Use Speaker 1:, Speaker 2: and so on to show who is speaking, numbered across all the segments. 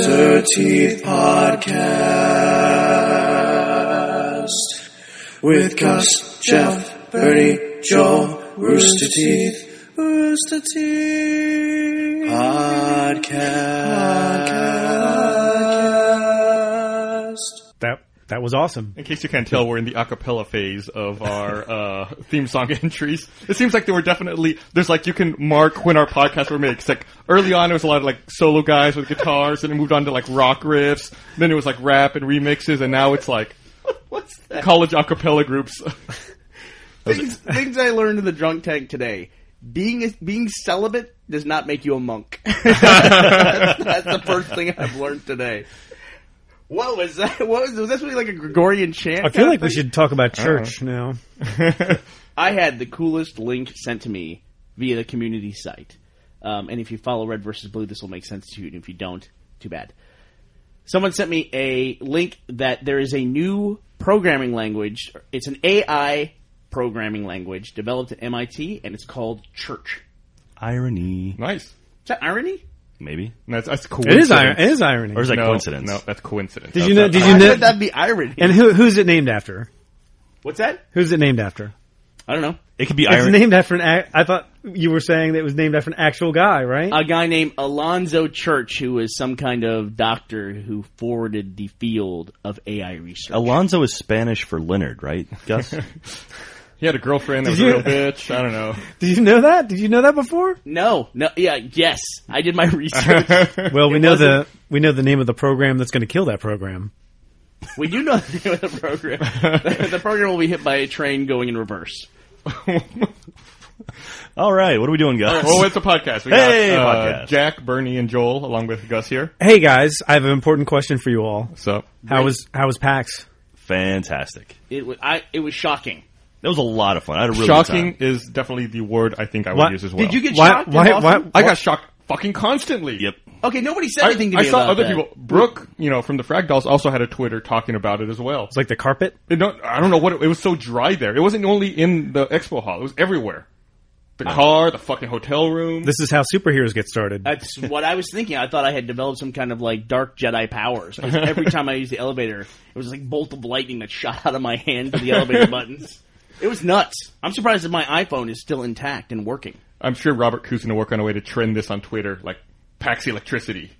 Speaker 1: Certi Podcast with Gus, Jeff, Bernie, Joel, Rooster Teeth, Rooster Teeth Podcast.
Speaker 2: That that was awesome.
Speaker 3: In case you can't tell, we're in the acapella phase of our uh, theme song entries. It seems like there were definitely there's like you can mark when our podcasts were made. 'Cause, like early on, it was a lot of like solo guys with guitars, and it moved on to like rock riffs. Then it was like rap and remixes, and now it's like
Speaker 4: What's that?
Speaker 3: college acapella groups.
Speaker 4: Things, things I learned in the drunk tank today. Being a, being celibate does not make you a monk. That's the first thing I've learned today. What was that? What was, was that something like a Gregorian chant?
Speaker 2: I feel
Speaker 4: kinda
Speaker 2: like we
Speaker 4: thing?
Speaker 2: should talk about church now.
Speaker 4: I had the coolest link sent to me via the community site. Um, and if you follow Red versus Blue, this will make sense to you. And if you don't, too bad. Someone sent me a link that there is a new programming language. It's an AI programming language developed at MIT, and it's called Church.
Speaker 5: irony,
Speaker 3: nice.
Speaker 4: Is that irony?
Speaker 5: maybe.
Speaker 3: No, That's, that's
Speaker 2: It
Speaker 3: coincidence.
Speaker 2: is iron. It is irony.
Speaker 5: Or is that
Speaker 3: no,
Speaker 5: coincidence?
Speaker 3: No, that's coincidence.
Speaker 2: did you know?
Speaker 3: That's
Speaker 2: Did
Speaker 3: not-
Speaker 2: you
Speaker 4: Why
Speaker 2: know?
Speaker 4: would that be irony?
Speaker 2: and who who's it named after?
Speaker 4: What's that?
Speaker 2: Who's it named after?
Speaker 4: I don't know.
Speaker 5: It could be
Speaker 2: It's
Speaker 5: irony.
Speaker 2: named after an. ac- I thought you were saying that it was named after an actual guy, right?
Speaker 4: A guy named Alonzo Church, who is some kind of doctor who forwarded the field of AI research.
Speaker 5: Alonzo is Spanish for Leonard, right, Gus?
Speaker 3: He had a girlfriend that was a
Speaker 2: you-
Speaker 3: real bitch. I don't know.
Speaker 2: Did you know that? Did you know that before?
Speaker 4: No, no, yeah, yes, I did my research.
Speaker 2: Well, we
Speaker 4: It
Speaker 2: know the
Speaker 4: wasn't-
Speaker 2: we know the name of the program that's going to kill that program.
Speaker 4: we do know the name of the program. the program will be hit by a train going in reverse.
Speaker 5: All right, what are we doing, Gus?
Speaker 3: Well, it's a podcast. We
Speaker 5: Hey,
Speaker 3: got uh,
Speaker 5: podcast.
Speaker 3: Jack, Bernie, and Joel, along with Gus here.
Speaker 2: Hey guys, I have an important question for you all.
Speaker 3: So
Speaker 2: How was how was PAX?
Speaker 5: Fantastic.
Speaker 4: It was, I, it was shocking.
Speaker 5: That was a lot of fun. I had a really
Speaker 3: shocking
Speaker 5: good time.
Speaker 3: is definitely the word I think I would
Speaker 2: What-
Speaker 3: use as well.
Speaker 4: Did you get
Speaker 2: Why-
Speaker 4: shocked? in
Speaker 2: why-
Speaker 4: Boston?
Speaker 3: I got shocked fucking constantly.
Speaker 5: Yep.
Speaker 4: Okay, nobody said
Speaker 3: I,
Speaker 4: anything to
Speaker 3: I
Speaker 4: me
Speaker 3: saw
Speaker 4: about
Speaker 3: other
Speaker 4: that.
Speaker 3: people. Brooke, you know, from the Fragdals, also had a Twitter talking about it as well.
Speaker 2: It's like the carpet.
Speaker 3: It don't- I don't know what it, it was so dry there. It wasn't only in the expo hall; it was everywhere. The
Speaker 4: Ah.
Speaker 3: car, the fucking hotel room.
Speaker 2: This is how superheroes get started.
Speaker 4: That's what I was thinking. I thought I had developed some kind of like dark Jedi powers. 'Cause Every time I used the elevator, it was like bolt of lightning that shot out of my hand to the elevator buttons. It was nuts. I'm surprised that my iPhone is still intact and working.
Speaker 3: I'm sure Robert Ku's going to work on a way to trend this on Twitter, like Pax Electricity.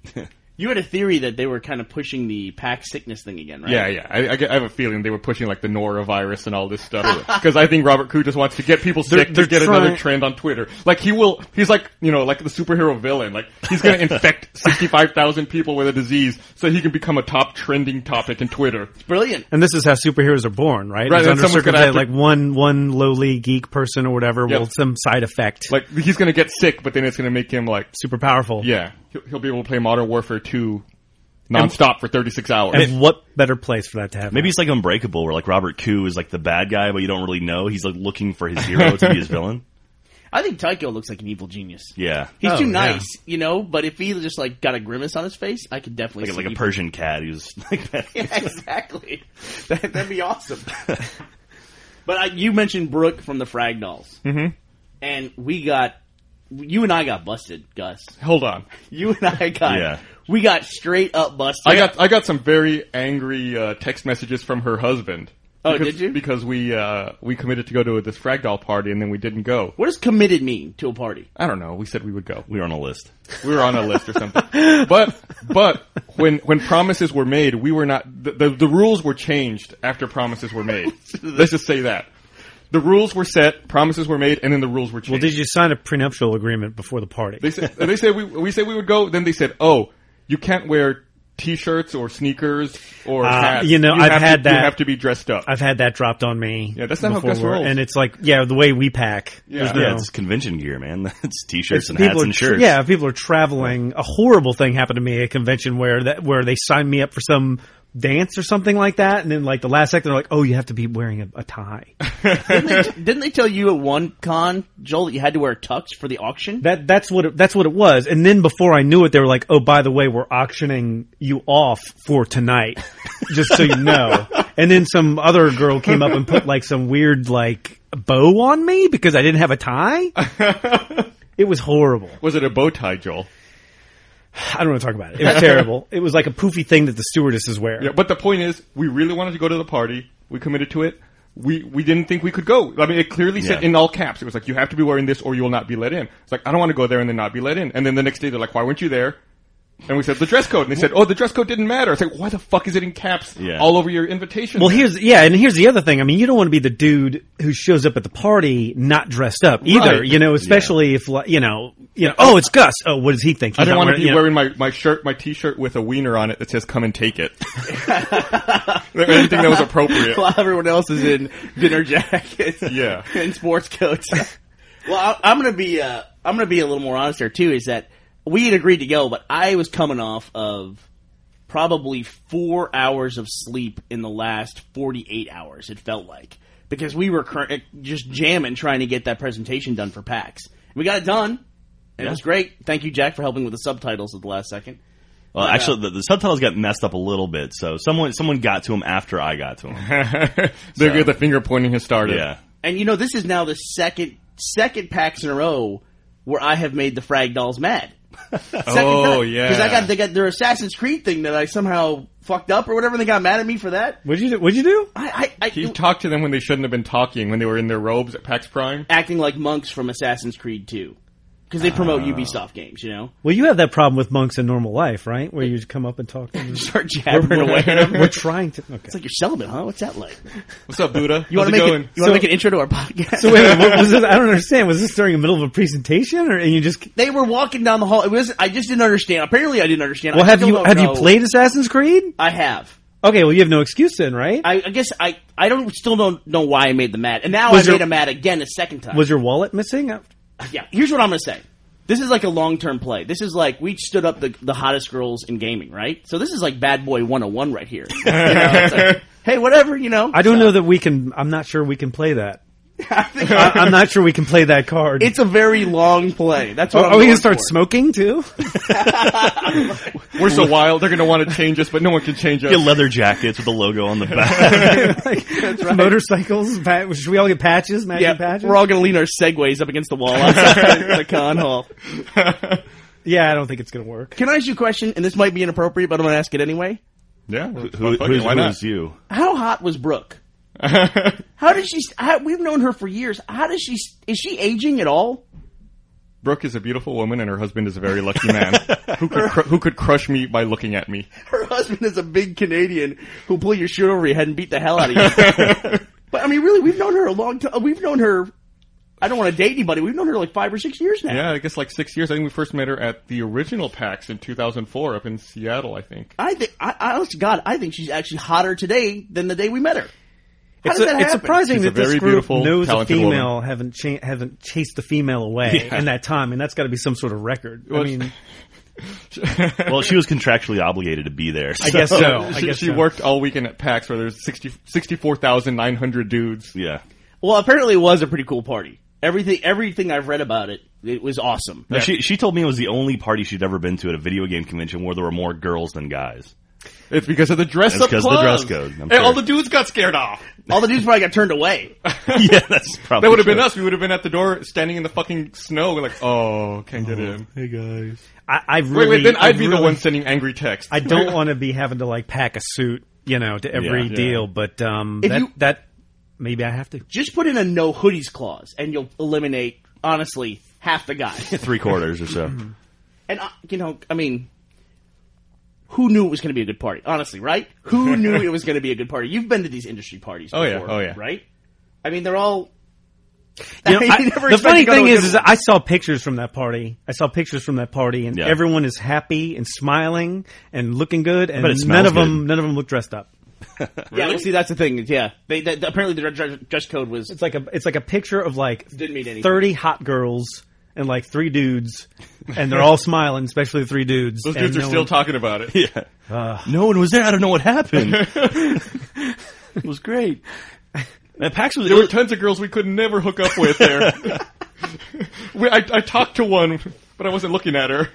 Speaker 4: You had a theory that they were kind of pushing the pack sickness thing again, right?
Speaker 3: yeah, yeah. I, I, get- I have a feeling they were pushing like the norovirus and all this stuff because I think Robert Ku just wants to get people sick
Speaker 2: they're
Speaker 3: to get
Speaker 2: trying-
Speaker 3: another trend on Twitter. Like he will, he's like you know, like the superhero villain. Like he's going to infect sixty five thousand people with a disease so he can become a top trending topic in Twitter.
Speaker 4: It's brilliant.
Speaker 2: And this is how superheroes are born, right?
Speaker 3: Right,
Speaker 2: It's
Speaker 3: and
Speaker 2: under
Speaker 3: someone's gonna
Speaker 2: circumstance,
Speaker 3: have
Speaker 2: like
Speaker 3: to-
Speaker 2: one one lowly geek person or whatever
Speaker 3: Yep.
Speaker 2: will some side effect,
Speaker 3: Like he's going to get sick, but then it's going to make him like
Speaker 2: super powerful.
Speaker 3: Yeah, he'll, he'll be able to play Modern Warfare 2 nonstop for 36 hours.
Speaker 2: And what better place for that to happen?
Speaker 5: Maybe it's like Unbreakable, where like Robert Koo is like the bad guy, but you don't really know. He's like looking for his hero to be his villain.
Speaker 4: I think Tycho looks like an evil genius.
Speaker 5: Yeah,
Speaker 4: He's
Speaker 2: Oh,
Speaker 4: too
Speaker 2: yeah.
Speaker 4: nice, you know, but if he just like got a grimace on his face, I could definitely
Speaker 5: like
Speaker 4: see
Speaker 5: like a
Speaker 4: evil.
Speaker 5: Persian cat. He was like that.
Speaker 4: Yeah, exactly. That, that'd be awesome. but I, you mentioned Brooke from the Fragdals, mm-hmm. and we got you and I got busted, Gus.
Speaker 3: Hold on,
Speaker 4: You and I got
Speaker 5: Yeah.
Speaker 4: we got straight up busted.
Speaker 3: I got I got some very angry uh, text messages from her husband.
Speaker 4: Oh,
Speaker 3: Because-
Speaker 4: did you?
Speaker 3: Because we uh, we committed to go to this Fragdoll party and then we didn't go.
Speaker 4: What does committed mean to a party?
Speaker 3: I don't know. We said we would go.
Speaker 5: We were on a list.
Speaker 3: We were on a list or something. But but when when promises were made, we were not. The, the, the rules were changed after promises were made. Let's just say that. The rules were set, promises were made, and then the rules were changed.
Speaker 2: Well, did you sign a prenuptial agreement before the party?
Speaker 3: They said they said we we said we would go. Then they said, "Oh, you can't wear t-shirts or sneakers or
Speaker 2: Uh,
Speaker 3: hats.
Speaker 2: you know, I've
Speaker 3: have to-
Speaker 2: had that.
Speaker 3: You have to be dressed up."
Speaker 2: I've had that dropped on me.
Speaker 3: Yeah, that's not how
Speaker 2: before
Speaker 3: Gus
Speaker 2: we're-
Speaker 3: rolls.
Speaker 2: And it's like, yeah, the way we pack.
Speaker 3: Yeah.
Speaker 2: there's
Speaker 5: Yeah,
Speaker 2: no-
Speaker 5: it's convention gear, man. It's t-shirts
Speaker 2: It's
Speaker 5: and
Speaker 2: people
Speaker 5: hats
Speaker 2: are
Speaker 5: and
Speaker 2: tr-
Speaker 5: shirts.
Speaker 2: Yeah, people are traveling. A horrible thing happened to me at a convention where that where they signed me up for some dance or something like that, and then like the last second they're like, "Oh, you have to be wearing a, a tie."
Speaker 4: Didn't they, didn't they tell you at one con, Joel, that you had to wear a tux for the auction?
Speaker 2: That that's what it, that's what it was. And then before I knew it, they were like, "Oh, by the way, we're auctioning you off for tonight, just so you know." and then some other girl came up and put like some weird like bow on me because I didn't have a tie. it was horrible.
Speaker 3: Was it a bow tie, Joel?
Speaker 2: I don't want to talk about it. It was terrible. it was like a poofy thing that the stewardesses wear.
Speaker 3: Yeah, but the point is, we really wanted to go to the party. We committed to it. We we didn't think we could go. I mean, it clearly said
Speaker 5: Yeah.
Speaker 3: in all caps. It was like you have to be wearing this or you will not be let in. It's like I don't want to go there and then not be let in. And then the next day they're like, why weren't you there? And we said the dress code, and they said, oh, the dress code didn't matter. It's like why the fuck is it in caps
Speaker 5: Yeah.
Speaker 3: all over your invitation?
Speaker 2: Well, here's yeah, and here's the other thing. I mean, you don't want to be the dude who shows up at the party not dressed up either.
Speaker 3: Right.
Speaker 2: You know, especially if like, you know, you know. Oh, it's Gus. Oh, what does he think?
Speaker 3: I
Speaker 2: He's
Speaker 3: didn't
Speaker 2: not
Speaker 3: want to be
Speaker 2: you know.
Speaker 3: wearing my, my shirt, my t-shirt with a wiener on it that says "Come and take it." Anything that was appropriate.
Speaker 4: While everyone else is in dinner jackets,
Speaker 3: Yeah.
Speaker 4: and sports coats. well, I, I'm gonna be uh, I'm gonna be a little more honest here too. Is that we had agreed to go, but I was coming off of probably four hours of sleep in the last 48 hours. It felt like because we were cur- eh, just jamming trying to get that presentation done for PAX. We got it done. And It was great. Thank you, Jack, for helping with the subtitles at the last second.
Speaker 5: Well, actually, the, the subtitles got messed up a little bit, so someone someone got to him after I got to him.
Speaker 3: the, the finger pointing has started.
Speaker 5: yeah,
Speaker 4: And you know, this is now the second second packs in a row where I have made the Frag Dolls mad.
Speaker 3: Oh yeah.
Speaker 4: Because I got they got their Assassin's Creed thing that I somehow fucked up or whatever. and They got mad at me for that.
Speaker 2: What'd you do? What'd you do?
Speaker 4: I, I, I
Speaker 3: He talked to them when they shouldn't have been talking, when they were in their robes at PAX Prime.
Speaker 4: acting like monks from Assassin's Creed Two because they
Speaker 2: Ah.
Speaker 4: promote Ubisoft games. You know,
Speaker 2: Well, you have that problem with monks in normal life, right? Where you come up and talk to them.
Speaker 4: start jabbering away. at 'em.
Speaker 2: We're trying to. Okay.
Speaker 4: It's like you're celibate, huh? What's that like?
Speaker 3: What's up, Buddha?
Speaker 4: You
Speaker 3: How's
Speaker 4: want to make
Speaker 3: it
Speaker 4: it,
Speaker 3: going?
Speaker 4: you want to
Speaker 2: So-
Speaker 4: make an intro to our podcast?
Speaker 2: So wait a minute, what was this? I don't understand. Was this during the middle of a presentation, or and you just?
Speaker 4: they were walking down the hall. It was I just didn't understand. Apparently, I didn't understand.
Speaker 2: Well,
Speaker 4: I
Speaker 2: have
Speaker 4: still
Speaker 2: you
Speaker 4: don't
Speaker 2: have you
Speaker 4: know.
Speaker 2: played Assassin's Creed?
Speaker 4: I have.
Speaker 2: Okay, well you have no excuse then, right?
Speaker 4: I, I guess I, I don't still don't know why I made them mad, and now
Speaker 2: Was
Speaker 4: I
Speaker 2: there-
Speaker 4: made them mad again a second time.
Speaker 2: Was your wallet missing?
Speaker 4: yeah, here's what I'm gonna say. This is like a long term play. This is like we stood up the, the hottest girls in gaming, right? So this is like bad boy 101 right here. You know, it's like, hey, whatever, you know.
Speaker 2: I don't know that we can. I'm not sure we can play that. I, I'm not sure we can play that card.
Speaker 4: It's a very long play. That's what
Speaker 2: Are,
Speaker 4: I'm
Speaker 2: are we
Speaker 4: going
Speaker 2: gonna start
Speaker 4: for.
Speaker 2: smoking too?
Speaker 3: We're so wild, they're going to want to change us, but no one can change us.
Speaker 5: Get leather jackets with the logo on the back.
Speaker 2: Like, Motorcycles? Pa- should we all get patches? Matching
Speaker 4: Yeah,
Speaker 2: patches?
Speaker 4: we're all gonna lean our segways up against the wall outside the con hall.
Speaker 2: yeah, I don't think it's gonna work.
Speaker 4: Can I ask you a question? And this might be inappropriate, but I'm gonna ask it anyway.
Speaker 3: yeah.
Speaker 5: Who,
Speaker 3: fuck it,
Speaker 5: who's,
Speaker 3: why
Speaker 5: who's you?
Speaker 4: How hot was Brooke?
Speaker 3: not?
Speaker 4: How does she? How, we've known her for years. How does she? Is she aging at all?
Speaker 3: Brooke is a beautiful woman, and her husband is a very lucky man who could cr- who could crush me by looking at me.
Speaker 4: her husband is a big Canadian who'll pull your shirt over your head and beat the hell out of you. but I mean, really, we've known her a long time. We've known her. I don't want to date anybody. We've known her like five or six years now.
Speaker 3: Yeah, I guess like six years. I think we first met her at the original PAX in 2004 up in Seattle. I think.
Speaker 4: I think, I, I honest to God, I think she's actually hotter today than the day we met her. How
Speaker 2: It's,
Speaker 4: does
Speaker 2: a-
Speaker 4: that happen?
Speaker 2: it's surprising
Speaker 3: She's a
Speaker 2: that this
Speaker 3: very
Speaker 2: group
Speaker 3: beautiful,
Speaker 2: knows a
Speaker 3: talented
Speaker 2: female haven't cha- haven't chased the female away
Speaker 3: Yeah.
Speaker 2: in that time, and that's got to be some sort of record. I
Speaker 3: Well,
Speaker 2: mean,
Speaker 5: Well, she was contractually obligated to be there.
Speaker 2: I guess so. I
Speaker 3: she
Speaker 2: guess
Speaker 3: she
Speaker 2: so.
Speaker 3: worked all weekend at PAX, where there's 60, 64,900 dudes.
Speaker 5: Yeah.
Speaker 4: Well, apparently it was a pretty cool party. Everything, everything I've read about it, it was awesome.
Speaker 5: No, She she told me it was the only party she'd ever been to at a video game convention where there were more girls than guys.
Speaker 3: It's because of the dress
Speaker 5: It's
Speaker 3: up.
Speaker 5: 'cause of the
Speaker 3: clubs.
Speaker 5: dress code, I'm
Speaker 3: And all
Speaker 5: sure.
Speaker 3: the dudes got scared off.
Speaker 4: All the dudes probably got turned away.
Speaker 5: yeah, that's probably
Speaker 3: That would have
Speaker 5: true.
Speaker 3: been us. We would have been at the door, standing in the fucking snow, We're like, "Oh, can't get in."
Speaker 5: Hey guys.
Speaker 2: I, I
Speaker 3: Wait,
Speaker 2: really
Speaker 3: wait. Then
Speaker 2: I
Speaker 3: I'd be the
Speaker 2: really-
Speaker 3: one sending angry texts.
Speaker 2: I don't want to be having to like pack a suit, you know, to every
Speaker 5: Yeah. Yeah.
Speaker 2: deal. But um,
Speaker 4: If
Speaker 2: that
Speaker 4: you-
Speaker 2: that maybe I have to.
Speaker 4: Just put in a no hoodies clause and you'll eliminate, honestly, half the guys.
Speaker 5: Three quarters or so.
Speaker 4: And uh, you know, I mean, who knew it was going to be a good party? Honestly, right? Who knew it was going to be a good party? You've been to these industry parties.
Speaker 3: Oh, yeah.
Speaker 4: before,
Speaker 3: Oh, yeah.
Speaker 4: Right? I mean, they're all.
Speaker 2: You know,
Speaker 4: I mean,
Speaker 2: I-
Speaker 4: you never
Speaker 2: the
Speaker 4: expect
Speaker 2: funny
Speaker 4: to go to
Speaker 2: thing
Speaker 4: a
Speaker 2: is,
Speaker 4: good
Speaker 2: is
Speaker 4: one.
Speaker 2: I saw pictures from that party. I saw pictures from that party, and
Speaker 5: Yeah.
Speaker 2: everyone is happy and smiling and looking good, and
Speaker 5: bet it
Speaker 2: none
Speaker 5: smells
Speaker 2: of them, none of them look dressed up.
Speaker 4: yeah. like, See, that's the thing. is, Yeah, they, that, apparently the dress, dress code was
Speaker 2: It's like a, it's like a picture of like
Speaker 4: Didn't mean anything.
Speaker 2: thirty hot girls and like three dudes, and they're all smiling, especially the three dudes.
Speaker 3: Those
Speaker 2: and
Speaker 3: dudes are
Speaker 2: no
Speaker 3: still
Speaker 2: one-
Speaker 3: talking about it.
Speaker 5: Yeah. no one was there. I don't know what happened. it was great. That PAX was, it
Speaker 3: There were
Speaker 5: was
Speaker 3: tons of girls we could never hook up with there. we, I, I talked to one, but I wasn't looking at her.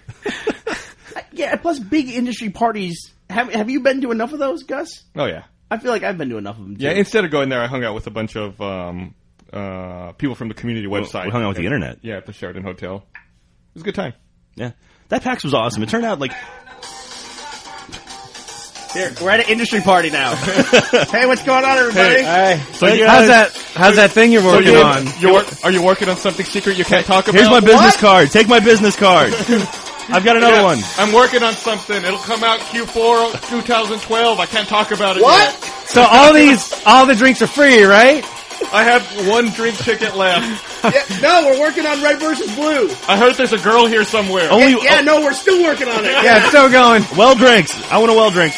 Speaker 4: yeah. Plus, big industry parties. Have Have you been to enough of those, Gus?
Speaker 3: Oh yeah,
Speaker 4: I feel like I've been to enough of them. Too.
Speaker 3: yeah. Instead of going there, I hung out with a bunch of um, uh, people from the community website.
Speaker 5: we hung out with the internet.
Speaker 3: Yeah, at the Sheridan Hotel. It was a good time.
Speaker 5: Yeah. That PAX was awesome. It turned out like
Speaker 4: Here, we're at an industry party now. hey, what's going on, everybody?
Speaker 3: So you
Speaker 2: how's
Speaker 3: guys-
Speaker 2: that? How's that thing you're
Speaker 3: so
Speaker 2: working
Speaker 3: you-
Speaker 2: on?
Speaker 3: you work- are you working on something secret you can't talk about?
Speaker 5: here's my business card. Take my business card. I've got another
Speaker 3: Yeah,
Speaker 5: one.
Speaker 3: I'm working on something. It'll come out Q4 2012. I can't talk about it.
Speaker 4: What?
Speaker 2: So all these, all the drinks are free, right?
Speaker 3: yet. I have one drink ticket left.
Speaker 4: Yeah, no, we're working on Red versus Blue.
Speaker 3: I heard there's a girl here somewhere.
Speaker 5: Only
Speaker 4: Yeah, no, we're still working on it.
Speaker 2: Yeah, it's still going.
Speaker 5: oh, well drinks. I want a well drink.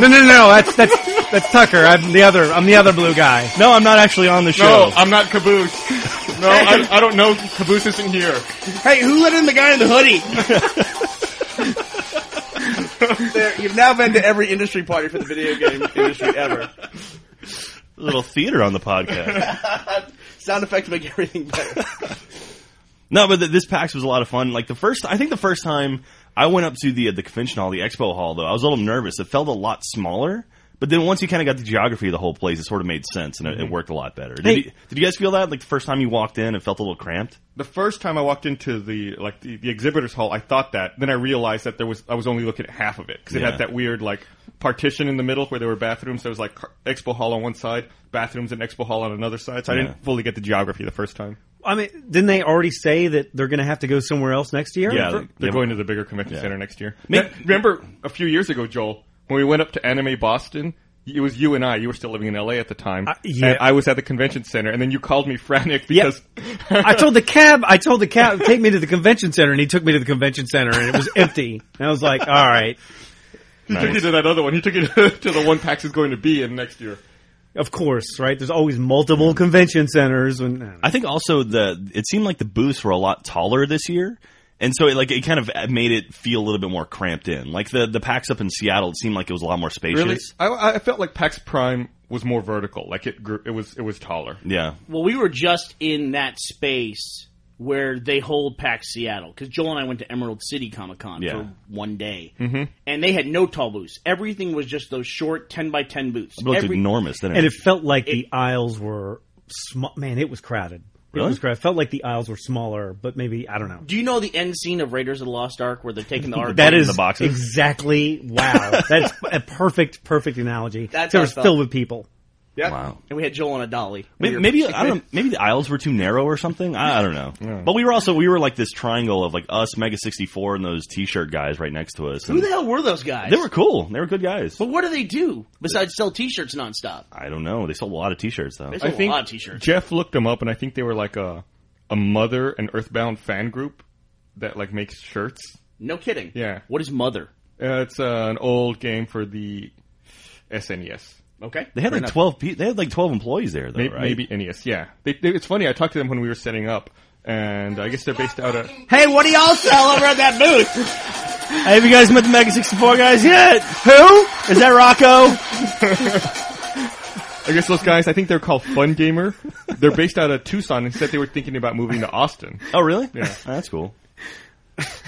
Speaker 2: No, no, no, no. That's that's that's Tucker. I'm the other. I'm the other blue guy.
Speaker 5: No, I'm not actually on the
Speaker 3: no,
Speaker 5: show.
Speaker 3: I'm not Caboose. No, I, I don't know. Caboose isn't here.
Speaker 4: Hey, who let in the guy in the hoodie? there, you've now been to every industry party for the video game industry ever.
Speaker 5: A little theater on the podcast.
Speaker 4: Sound effects make everything better.
Speaker 5: no, but th- this PAX was a lot of fun. Like the first, I think the first time I went up to the uh, the convention hall, the expo hall, though, I was a little nervous. It felt a lot smaller. But then once you kind of got the geography of the whole place, it sort of made sense and it, it worked a lot better. Did,
Speaker 2: Hey.
Speaker 5: you, did you guys feel that? Like the first time you walked in, it felt a little cramped.
Speaker 3: The first time I walked into the like the, the exhibitors hall, I thought that. Then I realized that there was I was only looking at half of it because it
Speaker 5: Yeah.
Speaker 3: had that weird like partition in the middle where there were bathrooms. So it was like car- expo hall on one side, bathrooms and expo hall on another side. So I
Speaker 5: Yeah.
Speaker 3: didn't fully get the geography the first time.
Speaker 2: I mean, didn't they already say that they're going to have to go somewhere else next year?
Speaker 5: Yeah,
Speaker 2: For-
Speaker 3: They're
Speaker 5: Yeah.
Speaker 3: going to the bigger convention
Speaker 5: Yeah.
Speaker 3: center next year.
Speaker 5: Ma-
Speaker 3: Yeah, remember a few years ago, Joel, when we went up to Anime Boston, it was you and I. You were still living in LA at the time.
Speaker 2: yeah.
Speaker 3: And I was at the convention center, and then you called me frantic because
Speaker 2: I told the cab. I told the cab take me to the convention center, and he took me to the convention center, and it was empty. And I was like, all right,
Speaker 3: he took you to that other one. He took you to, to the one PAX is going to be in next year.
Speaker 2: of course, right? There's always multiple convention centers. When
Speaker 5: I think also the it seemed like the booths were a lot taller this year, and so it, like it kind of uh, made it feel a little bit more cramped in. Like the the packs up in Seattle, it seemed like it was a lot more spacious.
Speaker 3: Really, I, I felt like PAX Prime was more vertical. Like it, grew, it was, it was taller.
Speaker 5: Yeah,
Speaker 4: Well, we were just in that space where they hold PAX Seattle because Joel and I went to Emerald City Comic Con
Speaker 5: Yeah.
Speaker 4: for one day, mm-hmm. and they had no tall booths. Everything was just those short ten by ten booths.
Speaker 5: it looked
Speaker 4: Every-
Speaker 5: enormous. Didn't
Speaker 2: and
Speaker 5: it?
Speaker 2: it felt like the aisles were small. Man, it was crowded.
Speaker 5: Really?
Speaker 2: It was crowded. It felt like the aisles were smaller, but maybe I don't know.
Speaker 4: Do you know the end scene of Raiders of the Lost Ark where they're taking the ark?
Speaker 5: That
Speaker 2: That
Speaker 5: in
Speaker 2: is
Speaker 5: the boxes?
Speaker 2: exactly wow. That's a perfect, perfect analogy.
Speaker 4: That's
Speaker 2: they were
Speaker 4: what I thought.
Speaker 2: filled with people.
Speaker 5: wow.
Speaker 4: and we had Joel on a dolly.
Speaker 5: Maybe,
Speaker 4: We were-
Speaker 5: maybe I don't know. Maybe the aisles were too narrow or something. I, I don't know. But we were also we were like this triangle of like us, Mega sixty four, and those t shirt guys right next to us.
Speaker 4: Who
Speaker 5: And
Speaker 4: the hell were those guys?
Speaker 5: they were cool. They were good guys.
Speaker 4: But what do they do besides sell T-shirts nonstop?
Speaker 5: I don't know. They sold a lot of t-shirts though.
Speaker 4: They
Speaker 3: I
Speaker 4: sell a
Speaker 3: think
Speaker 4: lot of T-shirts.
Speaker 3: Jeff looked them up, and I think they were like a a mother and Earthbound fan group that like makes shirts.
Speaker 4: No kidding.
Speaker 3: Yeah.
Speaker 4: What is mother?
Speaker 3: Uh, it's uh, an old game for the SNES,
Speaker 4: Okay.
Speaker 5: They had like twelve. Pe- they had like twelve employees there though,
Speaker 3: May-
Speaker 5: right?
Speaker 3: maybe NES. Yeah, they, they, it's funny. I talked to them when we were setting up, and I guess they're based out of.
Speaker 4: Hey, what do y'all sell over at that booth?
Speaker 5: Have you guys met the Mega sixty four guys yet? Who is that? Rocco.
Speaker 3: I guess those guys. I think they're called Fun Gamer. They're based out of Tucson. Instead, they were thinking about moving to Austin.
Speaker 5: Oh, really?
Speaker 3: Yeah.
Speaker 5: Oh, that's cool.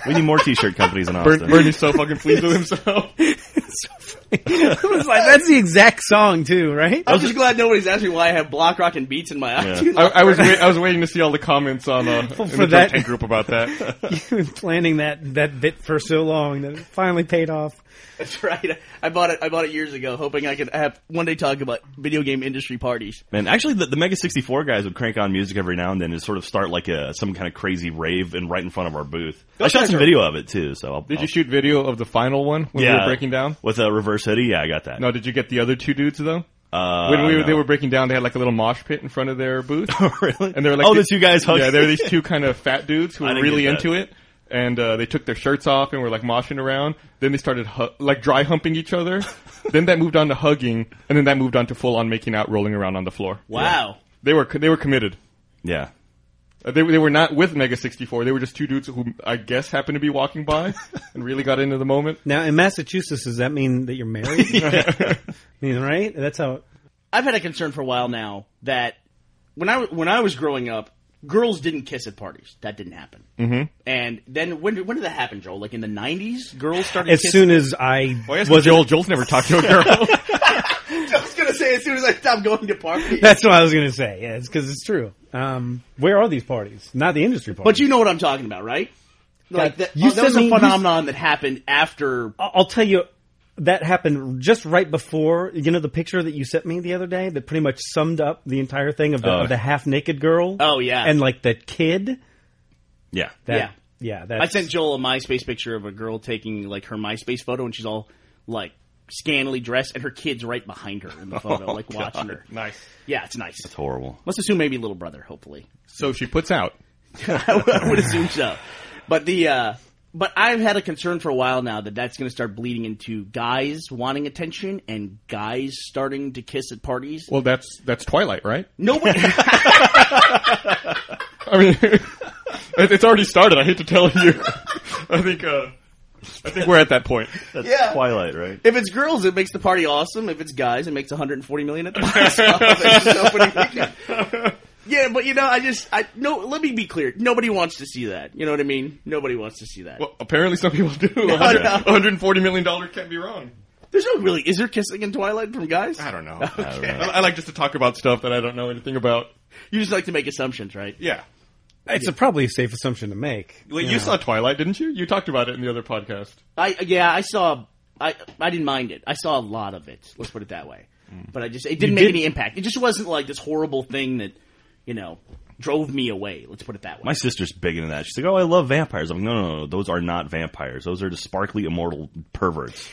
Speaker 5: We need more T-shirt companies in Austin.
Speaker 3: Bern, Bernie's so fucking pleased with himself.
Speaker 2: It was like that's the exact song too, right?
Speaker 4: I'm just glad nobody's asked me why I have block rock and beats in my eyes.
Speaker 5: Yeah.
Speaker 3: I, I was wait, I was waiting to see all the comments on uh, in the
Speaker 2: for that-
Speaker 3: Drunk Tank group about that.
Speaker 2: You've been planning that that bit for so long that it finally paid off.
Speaker 4: That's right. I bought it. I bought it years ago, hoping I could have one day talk about video game industry parties.
Speaker 5: Man, actually, the, the Mega 64 guys would crank on music every now and then and sort of start like a some kind of crazy rave and right in front of our booth. I
Speaker 4: Those
Speaker 5: shot
Speaker 4: guys
Speaker 5: some
Speaker 4: are-
Speaker 5: video of it too. So I'll,
Speaker 3: Did
Speaker 5: I'll-
Speaker 3: you shoot video of the final one when we
Speaker 5: Yeah.
Speaker 3: were breaking down?
Speaker 5: with a reverse hoodie? Yeah, I got that.
Speaker 3: No, did you get the other two dudes though?
Speaker 5: uh,
Speaker 3: when we were,
Speaker 5: no.
Speaker 3: they were breaking down, they had like a little mosh pit in front of their booth,
Speaker 5: really,
Speaker 3: and they were like,
Speaker 5: "Oh, the
Speaker 3: these-
Speaker 5: two guys hugged."
Speaker 3: Yeah, they were these two kind of fat dudes who
Speaker 5: I
Speaker 3: were
Speaker 5: didn't
Speaker 3: really
Speaker 5: get that.
Speaker 3: into it, and uh, they took their shirts off and were like moshing around. Then they started hu- like dry humping each other. then that moved on to hugging, and then that moved on to full on making out, rolling around on the floor.
Speaker 4: Wow.
Speaker 3: They were they were committed.
Speaker 5: yeah.
Speaker 3: Uh, They, they were not with Mega 64. They were just two dudes who I guess happened to be walking by and really got into the moment.
Speaker 2: Now in Massachusetts, does that mean that you're married? I mean, right? That's how.
Speaker 4: I've had a concern for a while now that when I when I was growing up, girls didn't kiss at parties. That didn't happen. Mm-hmm. And then when did- when did that happen, Joel? Like in the '90s, girls started.
Speaker 2: As
Speaker 4: kissing?
Speaker 2: soon as I
Speaker 3: yes,
Speaker 2: was
Speaker 3: Joel. Joel's never talked to a girl.
Speaker 4: I was gonna say as soon as I stopped going to parties.
Speaker 2: That's what I was going to say. Yeah, it's because it's true. Um, where are these parties? Not the industry parties.
Speaker 4: But you know what I'm talking about, right? like that,
Speaker 2: you
Speaker 4: oh, that
Speaker 2: sent
Speaker 4: was
Speaker 2: me-
Speaker 4: a
Speaker 2: you s-
Speaker 4: phenomenon that happened after.
Speaker 2: I- I'll tell you, that happened just right before you know the picture that you sent me the other day that pretty much summed up the entire thing of the,
Speaker 5: Oh.
Speaker 2: of the half naked girl.
Speaker 4: Oh, yeah.
Speaker 2: and like the kid.
Speaker 5: Yeah.
Speaker 2: That,
Speaker 4: Yeah.
Speaker 2: yeah. That's,
Speaker 4: I sent Joel a MySpace picture of a girl taking like her MySpace photo, and she's all like scantily dressed, and her kid's right behind her in the photo,
Speaker 2: Oh,
Speaker 4: like watching her.
Speaker 3: Nice.
Speaker 4: Yeah, it's nice.
Speaker 5: It's horrible.
Speaker 4: Let's assume maybe little brother, hopefully.
Speaker 3: So she puts out.
Speaker 4: I would- I would assume so. But the uh, but I've had a concern for a while now that that's going to start bleeding into guys wanting attention and guys starting to kiss at parties.
Speaker 3: Well, that's that's Twilight, right?
Speaker 4: Nobody.
Speaker 3: I mean, it- it's already started. I hate to tell you. I think uh, I think we're at that point.
Speaker 5: That's
Speaker 4: Yeah.
Speaker 5: Twilight, right?
Speaker 4: if it's girls, it makes the party awesome. If it's guys, it makes 140 million at the box office. It's opening weekend. yeah, but you know, I just I no. Let me be clear. Nobody wants to see that. You know what I mean? Nobody wants to see that.
Speaker 3: Well, apparently some people do. 100,
Speaker 4: no.
Speaker 3: 140 million dollars can't be wrong.
Speaker 4: There's no really. Is there kissing in Twilight from guys?
Speaker 3: I don't know.
Speaker 5: I don't know.
Speaker 3: I, I like just to talk about stuff that I don't know anything about.
Speaker 4: You just like to make assumptions, right?
Speaker 3: Yeah.
Speaker 2: It's a, probably a safe assumption to make.
Speaker 3: Wait, you saw Twilight, didn't you? You talked about it in the other podcast.
Speaker 4: I yeah, I saw. I I didn't mind it. I saw a lot of it. Let's put it that way. But I just it didn't make
Speaker 2: did-
Speaker 4: any impact. It just wasn't like this horrible thing that you know drove me away. Let's put it that way.
Speaker 5: My sister's big into that. She's like, "Oh, I love vampires." I'm like, "No, no, no, those are not vampires. Those are just sparkly immortal perverts.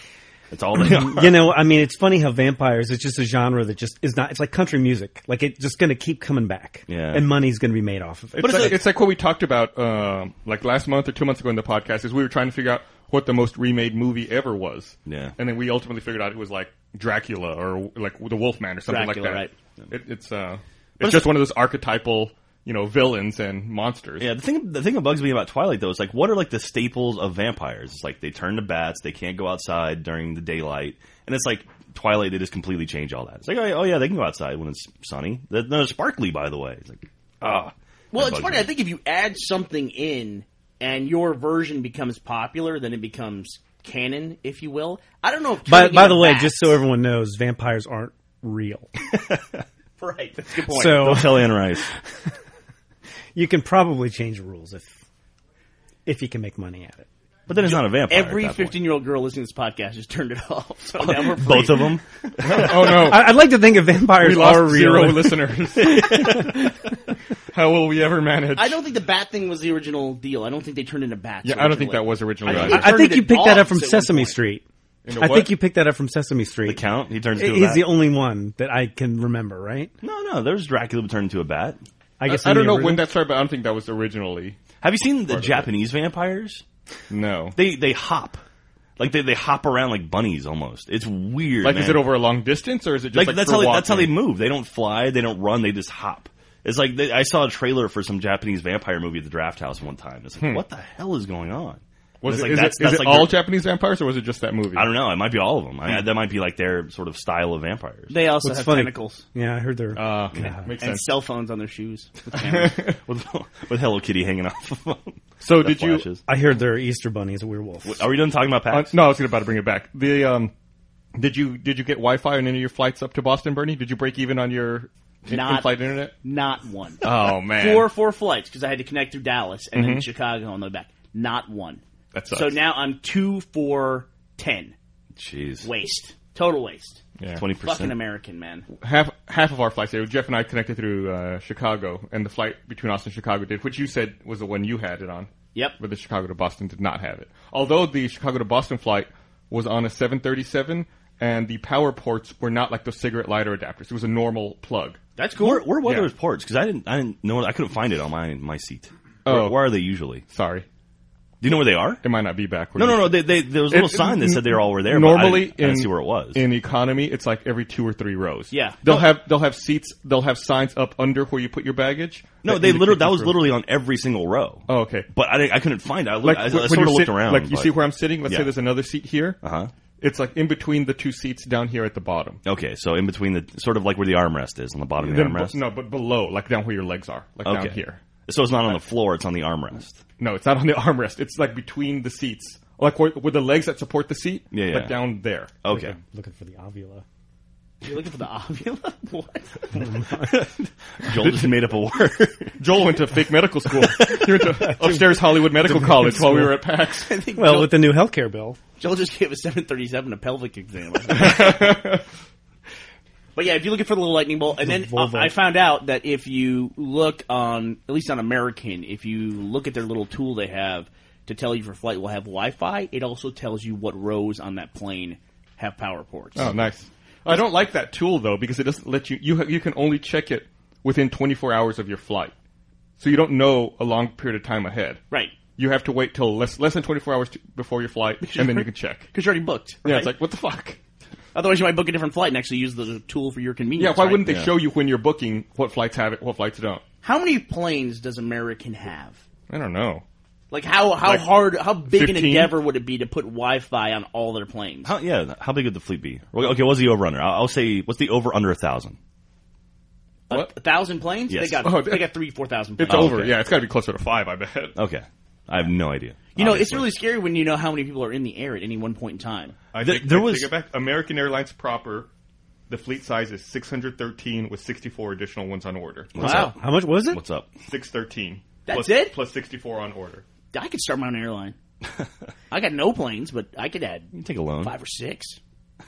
Speaker 5: That's all they are."
Speaker 2: you know, I mean, it's funny how vampires, it's just a genre that just is not, it's like country music. Like it's just going to keep coming back.
Speaker 5: Yeah.
Speaker 2: And money's going to be made off of it.
Speaker 3: But it's,
Speaker 5: it's
Speaker 3: like,
Speaker 5: like-
Speaker 3: it's like what we talked about, um, like last month or two months ago in the podcast, is we were trying to figure out what the most remade movie ever was.
Speaker 5: Yeah.
Speaker 3: And then we ultimately figured out it was like Dracula or like the Wolfman or something
Speaker 4: Dracula,
Speaker 3: like
Speaker 4: right.
Speaker 3: that. It, it's uh, it's just one of those archetypal, you know, villains and monsters.
Speaker 5: Yeah, the thing the thing that bugs me about Twilight though is like, what are like the staples of vampires? It's like they turn to bats, they can't go outside during the daylight, and it's like Twilight. They just completely change all that. It's like, oh, yeah- oh yeah, they can go outside when it's sunny. They're, they're sparkly, by the way. It's like, ah,
Speaker 4: well, it's
Speaker 5: that bugs
Speaker 4: funny.
Speaker 5: me.
Speaker 4: I think if you add something in and your version becomes popular, then it becomes canon, if you will. I don't know. If
Speaker 2: by,
Speaker 4: turning
Speaker 2: by
Speaker 4: into
Speaker 2: the way,
Speaker 4: bats-
Speaker 2: just so everyone knows, vampires aren't real.
Speaker 4: right, that's a good point.
Speaker 2: So
Speaker 5: Don't tell Anne Rice.
Speaker 2: you can probably change the rules if, if you can make money at it.
Speaker 5: But then it's not a vampire. at
Speaker 4: Every
Speaker 5: that point.
Speaker 4: fifteen-year-old girl listening to this podcast just turned it off. So now we're free.
Speaker 5: both of them.
Speaker 3: oh no.
Speaker 2: I, I'd like to think if
Speaker 3: we
Speaker 2: vampires
Speaker 3: lost
Speaker 2: are real.
Speaker 3: zero listeners. How will we ever manage?
Speaker 4: I don't think the bat thing was the original deal. I don't think they turned into bats.
Speaker 3: yeah, I don't think
Speaker 4: originally.
Speaker 3: that was originally.
Speaker 4: I
Speaker 3: I
Speaker 4: think
Speaker 2: I think you picked that up from
Speaker 4: Dogs at one
Speaker 2: Sesame
Speaker 4: point.
Speaker 2: Street.
Speaker 3: In a
Speaker 2: I
Speaker 3: what?
Speaker 2: think you picked that up from Sesame Street.
Speaker 5: The Count. He turns into a
Speaker 2: He's
Speaker 5: bat.
Speaker 2: the only one that I can remember, right?
Speaker 5: no, no. There's Dracula turned into a bat.
Speaker 2: I guess
Speaker 3: I
Speaker 2: in
Speaker 3: don't
Speaker 2: the
Speaker 3: know
Speaker 2: original-
Speaker 3: when that started, but I don't think that was originally.
Speaker 5: Have you seen the Japanese vampires?
Speaker 3: No.
Speaker 5: They they hop, like they, they hop around like bunnies almost. It's weird.
Speaker 3: Like,
Speaker 5: man.
Speaker 3: is it over a long distance, or is it just
Speaker 5: Like,
Speaker 3: like,
Speaker 5: that's
Speaker 3: for
Speaker 5: how they, that's how they
Speaker 3: walking?
Speaker 5: move. They don't fly. They don't run. They just hop. It's like they, I saw a trailer for some Japanese vampire movie at the Draft House one time. It's
Speaker 3: Hmm.
Speaker 5: like what the hell is going on?
Speaker 3: Was
Speaker 5: It's
Speaker 3: it,
Speaker 5: like,
Speaker 3: is it-
Speaker 5: that's-
Speaker 3: is
Speaker 5: that's
Speaker 3: it
Speaker 5: like
Speaker 3: all
Speaker 5: their-
Speaker 3: Japanese vampires, or was it just that movie?
Speaker 5: I don't know. It might be all of them.
Speaker 3: Hmm.
Speaker 5: I, that might be like their sort of style of vampires.
Speaker 4: They also
Speaker 2: What's
Speaker 4: have
Speaker 2: funny-
Speaker 4: tentacles
Speaker 2: Yeah, I heard they're.
Speaker 3: Uh, Makes
Speaker 4: and
Speaker 3: sense.
Speaker 4: cell phones on their shoes. with cameras.
Speaker 5: with, with Hello Kitty hanging off of them.
Speaker 3: So
Speaker 5: The
Speaker 3: did you?
Speaker 5: flashes.
Speaker 2: I heard they're Easter bunnies, werewolves.
Speaker 5: Are we done talking about
Speaker 3: uh,
Speaker 5: packs?
Speaker 3: no, I was gonna about to bring it back. The um, did you did you get Wi-Fi on any of your flights up to Boston, Bernie? Did you break even on your in-
Speaker 4: Not-
Speaker 3: in-flight internet?
Speaker 4: Not one.
Speaker 3: Oh man, Mm-hmm.
Speaker 4: four four flights because I had to connect through Dallas and then Chicago on the way back. Not one.
Speaker 3: That sucks.
Speaker 4: So now I'm two four ten
Speaker 5: Jeez,
Speaker 4: waste. Total waste.
Speaker 3: Yeah.
Speaker 5: twenty
Speaker 4: Fucking
Speaker 5: percent.
Speaker 4: American man.
Speaker 3: half half of our flights. there, Jeff and I connected through uh, Chicago, and the flight between Austin and Chicago did, which you said was the one you had it on.
Speaker 4: Yep.
Speaker 3: But the Chicago to Boston did not have it. Although the Chicago to Boston flight was on a 737, and the power ports were not like those cigarette lighter adapters. It was a normal plug.
Speaker 4: That's cool.
Speaker 5: Where, where were
Speaker 3: Yeah.
Speaker 5: those ports? Because I didn't, I didn't know. I couldn't find it on my my seat.
Speaker 3: Oh.
Speaker 5: Where, where are they usually? Do
Speaker 3: Sorry,
Speaker 5: you know where they are?
Speaker 3: it might not be backwards.
Speaker 5: No, no, no. They, they, there was a little
Speaker 3: It-
Speaker 5: sign that said they all were there. but I
Speaker 3: Normally,
Speaker 5: didn't, I didn't
Speaker 3: in
Speaker 5: see where it was.
Speaker 3: in economy, it's like every two or three rows.
Speaker 4: Yeah.
Speaker 3: they'll
Speaker 4: No.
Speaker 3: have they'll have seats. They'll have signs up under where you put your baggage.
Speaker 5: no,
Speaker 3: that
Speaker 5: they
Speaker 3: indicate
Speaker 5: literally that
Speaker 3: which
Speaker 5: was
Speaker 3: row.
Speaker 5: literally on every single row.
Speaker 3: Oh, okay.
Speaker 5: But I, didn't- I couldn't find it. I, looked,
Speaker 3: like
Speaker 5: I, I
Speaker 3: when
Speaker 5: sort of
Speaker 3: you
Speaker 5: looked
Speaker 3: sit,
Speaker 5: around.
Speaker 3: Like you
Speaker 5: but-
Speaker 3: see where I'm sitting. Let's
Speaker 5: Yeah.
Speaker 3: say there's another seat here.
Speaker 5: Uh-huh.
Speaker 3: It's like in between the two seats down here at the bottom.
Speaker 5: Okay, so in between the sort of like where the armrest is on the bottom of the
Speaker 3: Then-
Speaker 5: armrest.
Speaker 3: no, but below, like down where your legs are, like
Speaker 5: okay.
Speaker 3: down here.
Speaker 5: So it's not on the floor. It's on the armrest.
Speaker 3: No, it's not on the armrest. It's like between the seats, like where, with the legs that support the seat.
Speaker 5: Yeah, yeah.
Speaker 3: Like down there.
Speaker 5: Okay.
Speaker 2: Looking for the ovula.
Speaker 4: You're looking for the ovula? What?
Speaker 5: Joel just made up a word.
Speaker 3: Joel went to fake medical school. He went to upstairs Hollywood Medical College while we were at PAX.
Speaker 4: I think
Speaker 2: Well,
Speaker 4: Joel,
Speaker 2: with the new healthcare bill,
Speaker 4: Joel just gave a 737 a pelvic exam. but yeah, if you look for the little lightning bolt, and then uh,
Speaker 2: Volvo.
Speaker 4: I found out that if you look on, at least on American, if you look at their little tool they have to tell you if your flight will have Wi-Fi, it also tells you what rows on that plane have power ports.
Speaker 3: Oh, nice. I don't like that tool though because it doesn't let you. You ha- you can only check it within 24 hours of your flight, so you don't know a long period of time ahead.
Speaker 4: Right.
Speaker 3: You have to wait till less less than 24 hours to, before your flight, and then you can check.
Speaker 4: Because you're already booked.
Speaker 3: Yeah,
Speaker 4: right?
Speaker 3: it's like what the fuck.
Speaker 4: Otherwise, you might book a different flight and actually use the tool for your convenience.
Speaker 3: Yeah, why
Speaker 4: right?
Speaker 3: wouldn't they show you when you're booking what flights have it, what flights don't?
Speaker 4: How many planes does American have?
Speaker 3: I don't know.
Speaker 4: Like how how
Speaker 3: Like
Speaker 4: hard how big an
Speaker 3: 15?
Speaker 4: endeavor would it be to put Wi-Fi on all their planes?
Speaker 5: how, yeah, how big would the fleet be? Well, Okay, what's the over under? I'll, I'll say what's the over under a thousand.
Speaker 4: A,
Speaker 3: What?
Speaker 4: a thousand planes?
Speaker 5: Yes.
Speaker 4: They got
Speaker 3: Oh,
Speaker 4: they got three four thousand planes.
Speaker 3: It's over.
Speaker 5: okay.
Speaker 3: Yeah, it's got to be closer to five. I bet.
Speaker 5: Okay, I have no idea.
Speaker 4: You know, it's
Speaker 5: obviously.
Speaker 4: really scary when you know how many people are in the air at any one point in time.
Speaker 3: I
Speaker 5: Th-
Speaker 3: take,
Speaker 5: there
Speaker 3: I
Speaker 5: was-
Speaker 3: take it back. American Airlines proper. The fleet size is 613 with 64 additional ones on order.
Speaker 5: What's
Speaker 4: wow,
Speaker 5: up?
Speaker 2: how much was it?
Speaker 5: What's up?
Speaker 3: 613.
Speaker 4: That's
Speaker 3: plus-
Speaker 4: it?
Speaker 3: Plus 64 on order.
Speaker 4: I could start my own airline. I got no planes, but I could add
Speaker 5: You can take a loan.
Speaker 4: five or six.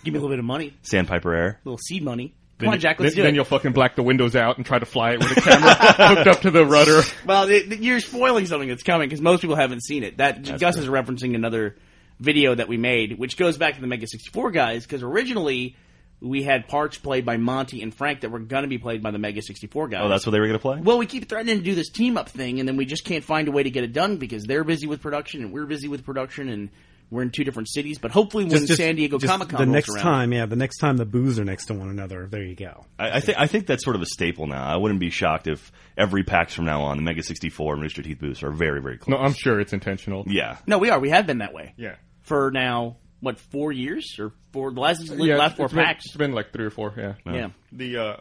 Speaker 4: Give me a little bit of money,
Speaker 5: Sandpiper Air.
Speaker 4: a little seed money. Come on, Jack, let's
Speaker 3: then,
Speaker 4: do
Speaker 3: then
Speaker 4: it.
Speaker 3: you'll fucking black the windows out and try to fly it with a camera hooked up to the rudder.
Speaker 4: Well, th- th- you're spoiling something that's coming because most people haven't seen it. That Gus is referencing another video that we made, which goes back to the Mega 64 guys because originally we had parts played by Monty and Frank that were going to be played by the Mega 64 guys.
Speaker 5: Oh, that's what they were gonna play.
Speaker 4: well, we keep threatening to do this team up thing, and then we just can't find a way to get it done because they're busy with production and we're busy with production, and we're in two different cities. But hopefully, when
Speaker 2: Just- just-
Speaker 4: San Diego
Speaker 2: just
Speaker 4: Comic Con
Speaker 2: The
Speaker 4: rolls
Speaker 2: next
Speaker 4: around,
Speaker 2: time, yeah, the next time the boos are next to one another. There you go.
Speaker 5: I, I think I think that's sort of a staple now. I wouldn't be shocked if every PAX from now on, the Mega 64 and Rooster Teeth booths are very very close.
Speaker 3: No, I'm sure it's intentional.
Speaker 5: yeah,
Speaker 4: no, we are. We have been that way
Speaker 3: Yeah.
Speaker 4: for now. What four years or four the last
Speaker 3: Yeah,
Speaker 4: last four
Speaker 3: it's been-
Speaker 4: packs?
Speaker 3: it's been like three or four, yeah.
Speaker 4: yeah.
Speaker 3: The, uh,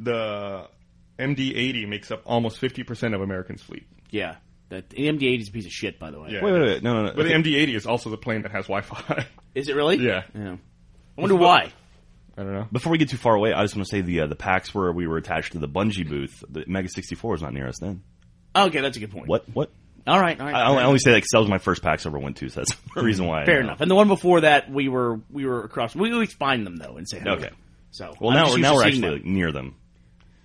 Speaker 3: the MD-80 makes up almost 50% of American's fleet.
Speaker 4: Yeah. That the MD-80 is a piece of shit, by the way.
Speaker 3: Yeah.
Speaker 5: Wait, wait, wait, no, no, no.
Speaker 3: But the MD-80 is also the plane that has Wi-Fi.
Speaker 4: Is it really?
Speaker 3: Yeah.
Speaker 4: I wonder why.
Speaker 3: I don't know.
Speaker 5: Before we get too far away, I just want to say the uh, the PAX where we were attached to the Bungie booth, the Mega 64 was not near us then.
Speaker 4: Okay, that's a good point.
Speaker 5: What? What?
Speaker 4: All right. All right.
Speaker 5: I, I only say that because that was my first PAX I ever went to, so that's the reason why. I
Speaker 4: Fair
Speaker 5: know.
Speaker 4: enough. And the one before that, we were we were across. We always find them though and say hello.
Speaker 5: Okay.
Speaker 4: So
Speaker 5: Well,
Speaker 4: I'm
Speaker 5: now
Speaker 4: just
Speaker 5: we're
Speaker 4: used
Speaker 5: now
Speaker 4: to
Speaker 5: we're
Speaker 4: seeing
Speaker 5: actually
Speaker 4: them.
Speaker 5: like, near them.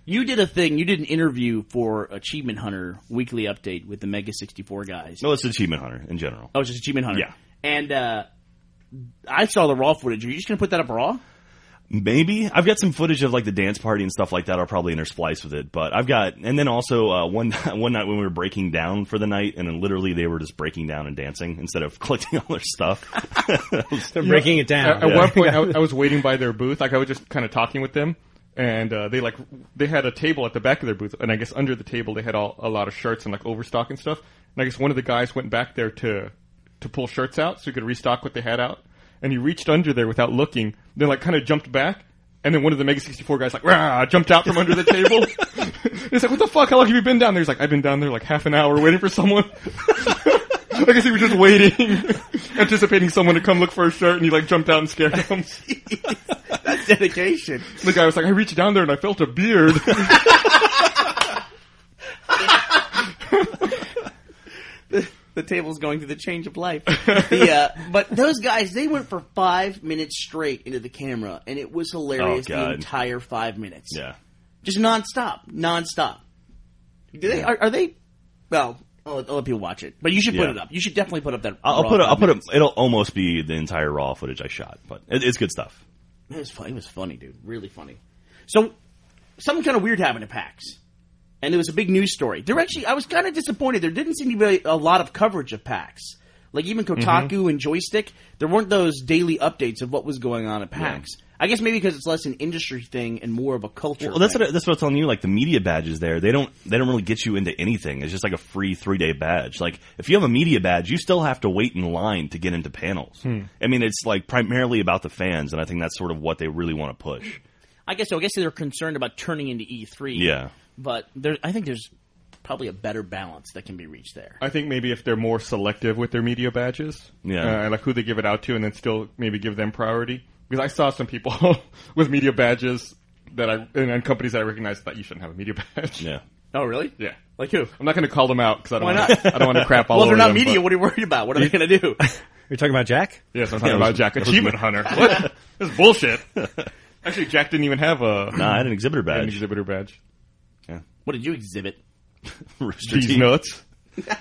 Speaker 4: You did a thing. You did an interview for Achievement Hunter Weekly Update with the Mega 64 guys.
Speaker 5: No, it's Achievement Hunter in general.
Speaker 4: Oh, it's just Achievement Hunter.
Speaker 5: Yeah.
Speaker 4: And uh, I saw the raw footage. Are you just gonna put that up raw?
Speaker 5: Maybe I've got some footage of like the dance party and stuff like that. I'll probably intersplice with it, but I've got and then also uh, one one night when we were breaking down for the night, and then literally they were just breaking down and dancing instead of collecting all their stuff.
Speaker 2: They're breaking it
Speaker 3: At,
Speaker 2: down.
Speaker 3: at one point, I, I was waiting by their booth. Like I was just kind of talking with them, and uh, they like they had a table at the back of their booth, and I guess under the table they had all, a lot of shirts and like overstock and stuff. And I guess one of the guys went back there to to pull shirts out so he could restock what they had out. And he reached under there without looking, then like kind of jumped back. And then one of the Mega 64 guys like, rah, jumped out from under the table. He's like, what the fuck? How long have you been down there? He's like, I've been down there like half an hour waiting for someone. I guess he was just waiting, anticipating someone to come look for a shirt, and he like jumped out and scared him.
Speaker 4: That's dedication.
Speaker 3: the guy was like, "I reached down there and I felt a beard."
Speaker 4: the table's going through the change of life. the, uh, but those guys, they went for five minutes straight into the camera, and it was hilarious the
Speaker 5: Oh, God.
Speaker 4: entire five minutes.
Speaker 5: yeah,
Speaker 4: Just nonstop. Nonstop. Do they, are, are they, well, I'll, I'll let people watch it. But you should put
Speaker 5: Yeah.
Speaker 4: it up. You should definitely put up that.
Speaker 5: I'll, I'll
Speaker 4: raw
Speaker 5: put a, I'll
Speaker 4: five
Speaker 5: put a,
Speaker 4: minutes.
Speaker 5: it'll almost be the entire raw footage I shot, but it, it's good stuff.
Speaker 4: It was, fun, it was funny, dude. Really funny. So, something kind of weird happened at PAX. And there was a big news story. There actually, I was kind of disappointed. There didn't seem to be a lot of coverage of PAX. Like even Kotaku and Joystick, there weren't those daily updates of what was going on at PAX. I guess maybe because it's less an industry thing and more of a culture.
Speaker 5: Well, that's
Speaker 4: thing.
Speaker 5: what, I- that's what I was telling you. Like the media badges there, they don't they don't really get you into anything. It's just like a free three day badge. Like if you have a media badge, you still have to wait in line to get into panels.
Speaker 3: Hmm.
Speaker 5: I mean, it's like primarily about the fans, and I think that's sort of what they really want to push.
Speaker 4: I guess so. I guess they're concerned about turning into E3.
Speaker 5: Yeah.
Speaker 4: but there, I think there's probably a better balance that can be reached there.
Speaker 3: I think maybe if they're more selective with their media badges,
Speaker 5: Yeah.
Speaker 3: uh, like who they give it out to, and then still maybe give them priority. because I saw some people with media badges that I and, and companies that I recognized that you shouldn't have a media badge.
Speaker 5: Yeah.
Speaker 4: Oh, really?
Speaker 3: Yeah.
Speaker 4: Like who?
Speaker 3: I'm not going to call them out because I don't.
Speaker 4: Why
Speaker 3: wanna,
Speaker 4: not?
Speaker 3: I don't want to crap all
Speaker 4: Well, if
Speaker 3: over
Speaker 4: they're not
Speaker 3: them,
Speaker 4: media.
Speaker 3: but-
Speaker 4: What are you worried about? What are they going to do?
Speaker 2: You're talking about Jack?
Speaker 3: Yes, I'm talking
Speaker 5: Yeah,
Speaker 3: about
Speaker 5: those-
Speaker 3: Jack,
Speaker 5: those-
Speaker 3: achievement hunter. What? this is bullshit. Actually, Jack didn't even have a
Speaker 5: Nah, I had an exhibitor
Speaker 3: an
Speaker 5: badge.
Speaker 3: exhibitor badge.
Speaker 4: What did you exhibit?
Speaker 5: Rooster
Speaker 3: These
Speaker 5: Teeth.
Speaker 3: nuts.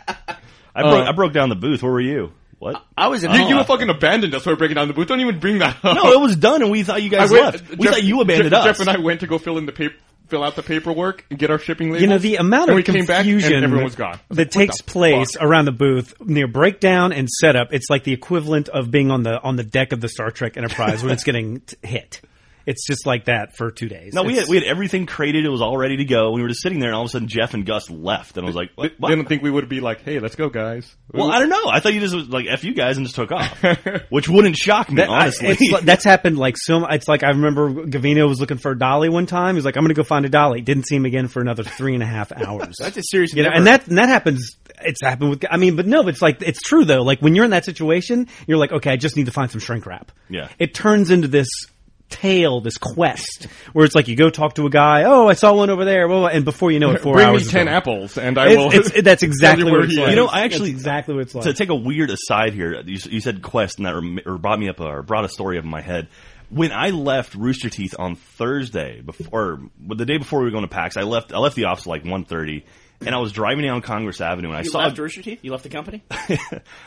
Speaker 5: I, broke,
Speaker 3: Uh,
Speaker 5: I broke down the booth. Where were you? What?
Speaker 4: I was in.
Speaker 3: You, you
Speaker 4: awe.
Speaker 3: were fucking abandoned us for breaking down the booth. Don't even bring that up.
Speaker 5: no, it was done, and we thought you
Speaker 3: I
Speaker 5: guys
Speaker 3: went-
Speaker 5: left. We thought you abandoned
Speaker 3: Jeff,
Speaker 5: us.
Speaker 3: Jeff and I went to go fill in the paper, fill out the paperwork, and get our shipping label.
Speaker 2: You know, the amount
Speaker 3: and we
Speaker 2: of
Speaker 3: came back and
Speaker 2: confusion
Speaker 3: everyone was gone. I was like,
Speaker 2: that
Speaker 3: what
Speaker 2: takes
Speaker 3: the
Speaker 2: place
Speaker 3: fuck?
Speaker 2: around the booth near breakdown and setup. It's like the equivalent of being on the on the deck of the Star Trek Enterprise when it's getting t- hit. It's just like that for two days.
Speaker 5: no, we
Speaker 2: It's-
Speaker 5: had, we had everything created. It was all ready to go. We were just sitting there, and all of a sudden, Jeff and Gus left, and I was like, "What?"
Speaker 3: They-
Speaker 5: what?
Speaker 3: They didn't think we would be like, "Hey, let's go, guys."
Speaker 5: Well, I don't know. I thought you just was like f you guys and just took off, which wouldn't shock me
Speaker 2: That- I-
Speaker 5: honestly.
Speaker 2: it's like- that's happened like so. It's like I remember Gavino was looking for a dolly one time. He's like, "I'm going to go find a dolly." Didn't see him again for another three and a half hours.
Speaker 4: That's a serious.
Speaker 2: You know, and that and that happens. It's happened with. I mean, but no, but it's like it's true though. Like when you're in that situation, you're like, okay, I just need to find some shrink wrap.
Speaker 5: Yeah.
Speaker 2: It turns into this tale, this quest where it's like you go talk to a guy. Oh, I saw one over there. Well, and before you know it, four
Speaker 3: Bring
Speaker 2: hours.
Speaker 3: me
Speaker 2: is
Speaker 3: ten
Speaker 2: over.
Speaker 3: apples, and I will.
Speaker 2: It's, it's, that's exactly
Speaker 3: where
Speaker 2: what it's
Speaker 3: he
Speaker 2: like.
Speaker 3: is.
Speaker 5: you know, I
Speaker 2: That's
Speaker 5: actually
Speaker 2: exactly what it's like.
Speaker 5: to take a weird aside here. You, you said quest, and that rem- or brought me up a, or brought a story up in my head. When I left Rooster Teeth on Thursday, before or the day before we were going to PAX, I left. I left the office like 1.30, and I was driving down Congress Avenue, and I
Speaker 4: you
Speaker 5: saw
Speaker 4: left Rooster Teeth. You left the company.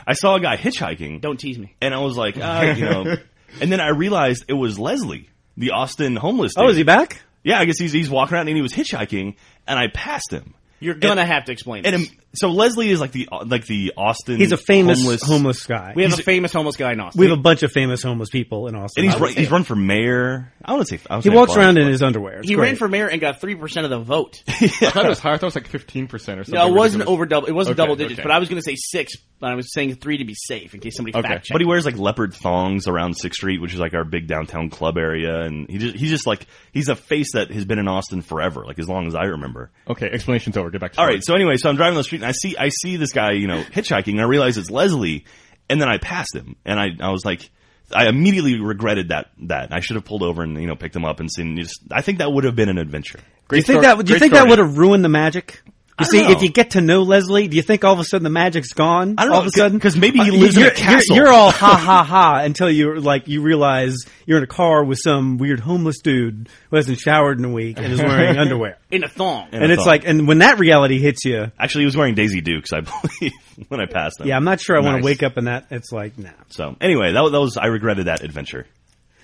Speaker 5: I saw a guy hitchhiking.
Speaker 4: Don't tease me.
Speaker 5: and I was like, ah, you know. and then I realized it was Leslie, the Austin homeless.
Speaker 2: oh,
Speaker 5: dude.
Speaker 2: is he back?
Speaker 5: Yeah, I guess he's he's walking around and he was hitchhiking, and I passed him.
Speaker 4: You're gonna have to explain. This.
Speaker 5: And um, so Leslie is like the like the Austin.
Speaker 2: He's a famous homeless,
Speaker 5: homeless,
Speaker 2: guy.
Speaker 4: we have a famous homeless guy in Austin.
Speaker 2: we have a bunch of famous homeless people in Austin.
Speaker 5: and he's
Speaker 2: I would
Speaker 5: run,
Speaker 2: say.
Speaker 5: he's run for mayor. I want to say I would
Speaker 2: he
Speaker 5: say
Speaker 2: walks
Speaker 5: Barbara.
Speaker 2: around in his underwear. It's
Speaker 4: he
Speaker 2: great.
Speaker 4: ran for mayor and got three percent of the vote.
Speaker 3: I thought it was higher. I thought it was like fifteen percent or something.
Speaker 4: No, it wasn't
Speaker 3: ridiculous.
Speaker 4: over double. It wasn't
Speaker 3: Okay,
Speaker 4: double digits,
Speaker 3: okay.
Speaker 4: but I was going to say six. But I was saying three to be safe in case somebody
Speaker 3: Okay.
Speaker 4: fact checked.
Speaker 5: But he wears like leopard thongs around Sixth Street, which is like our big downtown club area, and he just he's just like he's a face that has been in Austin forever, like as long as I remember.
Speaker 3: Okay, explanation's over. Get back. to
Speaker 5: All
Speaker 3: story.
Speaker 5: right. So anyway, so I'm driving down the street and I see I see this guy, you know, hitchhiking. And I realize it's Leslie, and then I passed him, and I I was like, I immediately regretted that that I should have pulled over and you know picked him up and seen. Just, I think that would have been an adventure.
Speaker 2: Do you think
Speaker 3: story-
Speaker 2: that? Do you
Speaker 3: great
Speaker 2: think that
Speaker 3: story.
Speaker 2: would have ruined the magic? You
Speaker 5: don't
Speaker 2: see,
Speaker 5: know.
Speaker 2: if you get to know Leslie, do you think all of a sudden the magic's gone?
Speaker 5: I don't
Speaker 2: all
Speaker 5: know,
Speaker 2: of a
Speaker 5: 'cause-
Speaker 2: sudden,
Speaker 5: 'cause maybe he
Speaker 2: Uh,
Speaker 5: lives in a
Speaker 2: you're- you're-
Speaker 5: castle.
Speaker 2: You're, all ha ha ha until you like you realize you're in a car with some weird homeless dude who hasn't showered in a week and is wearing underwear.
Speaker 4: in a thong.
Speaker 5: And-
Speaker 2: And it's
Speaker 5: thought-
Speaker 2: like, and when that reality hits you,
Speaker 5: Actually, he was wearing Daisy Dukes, I believe, when I passed him.
Speaker 2: yeah, I'm not sure I want
Speaker 5: Nice.
Speaker 2: to wake up in that. It's like, nah.
Speaker 5: So anyway, that, wa- that was I regretted that adventure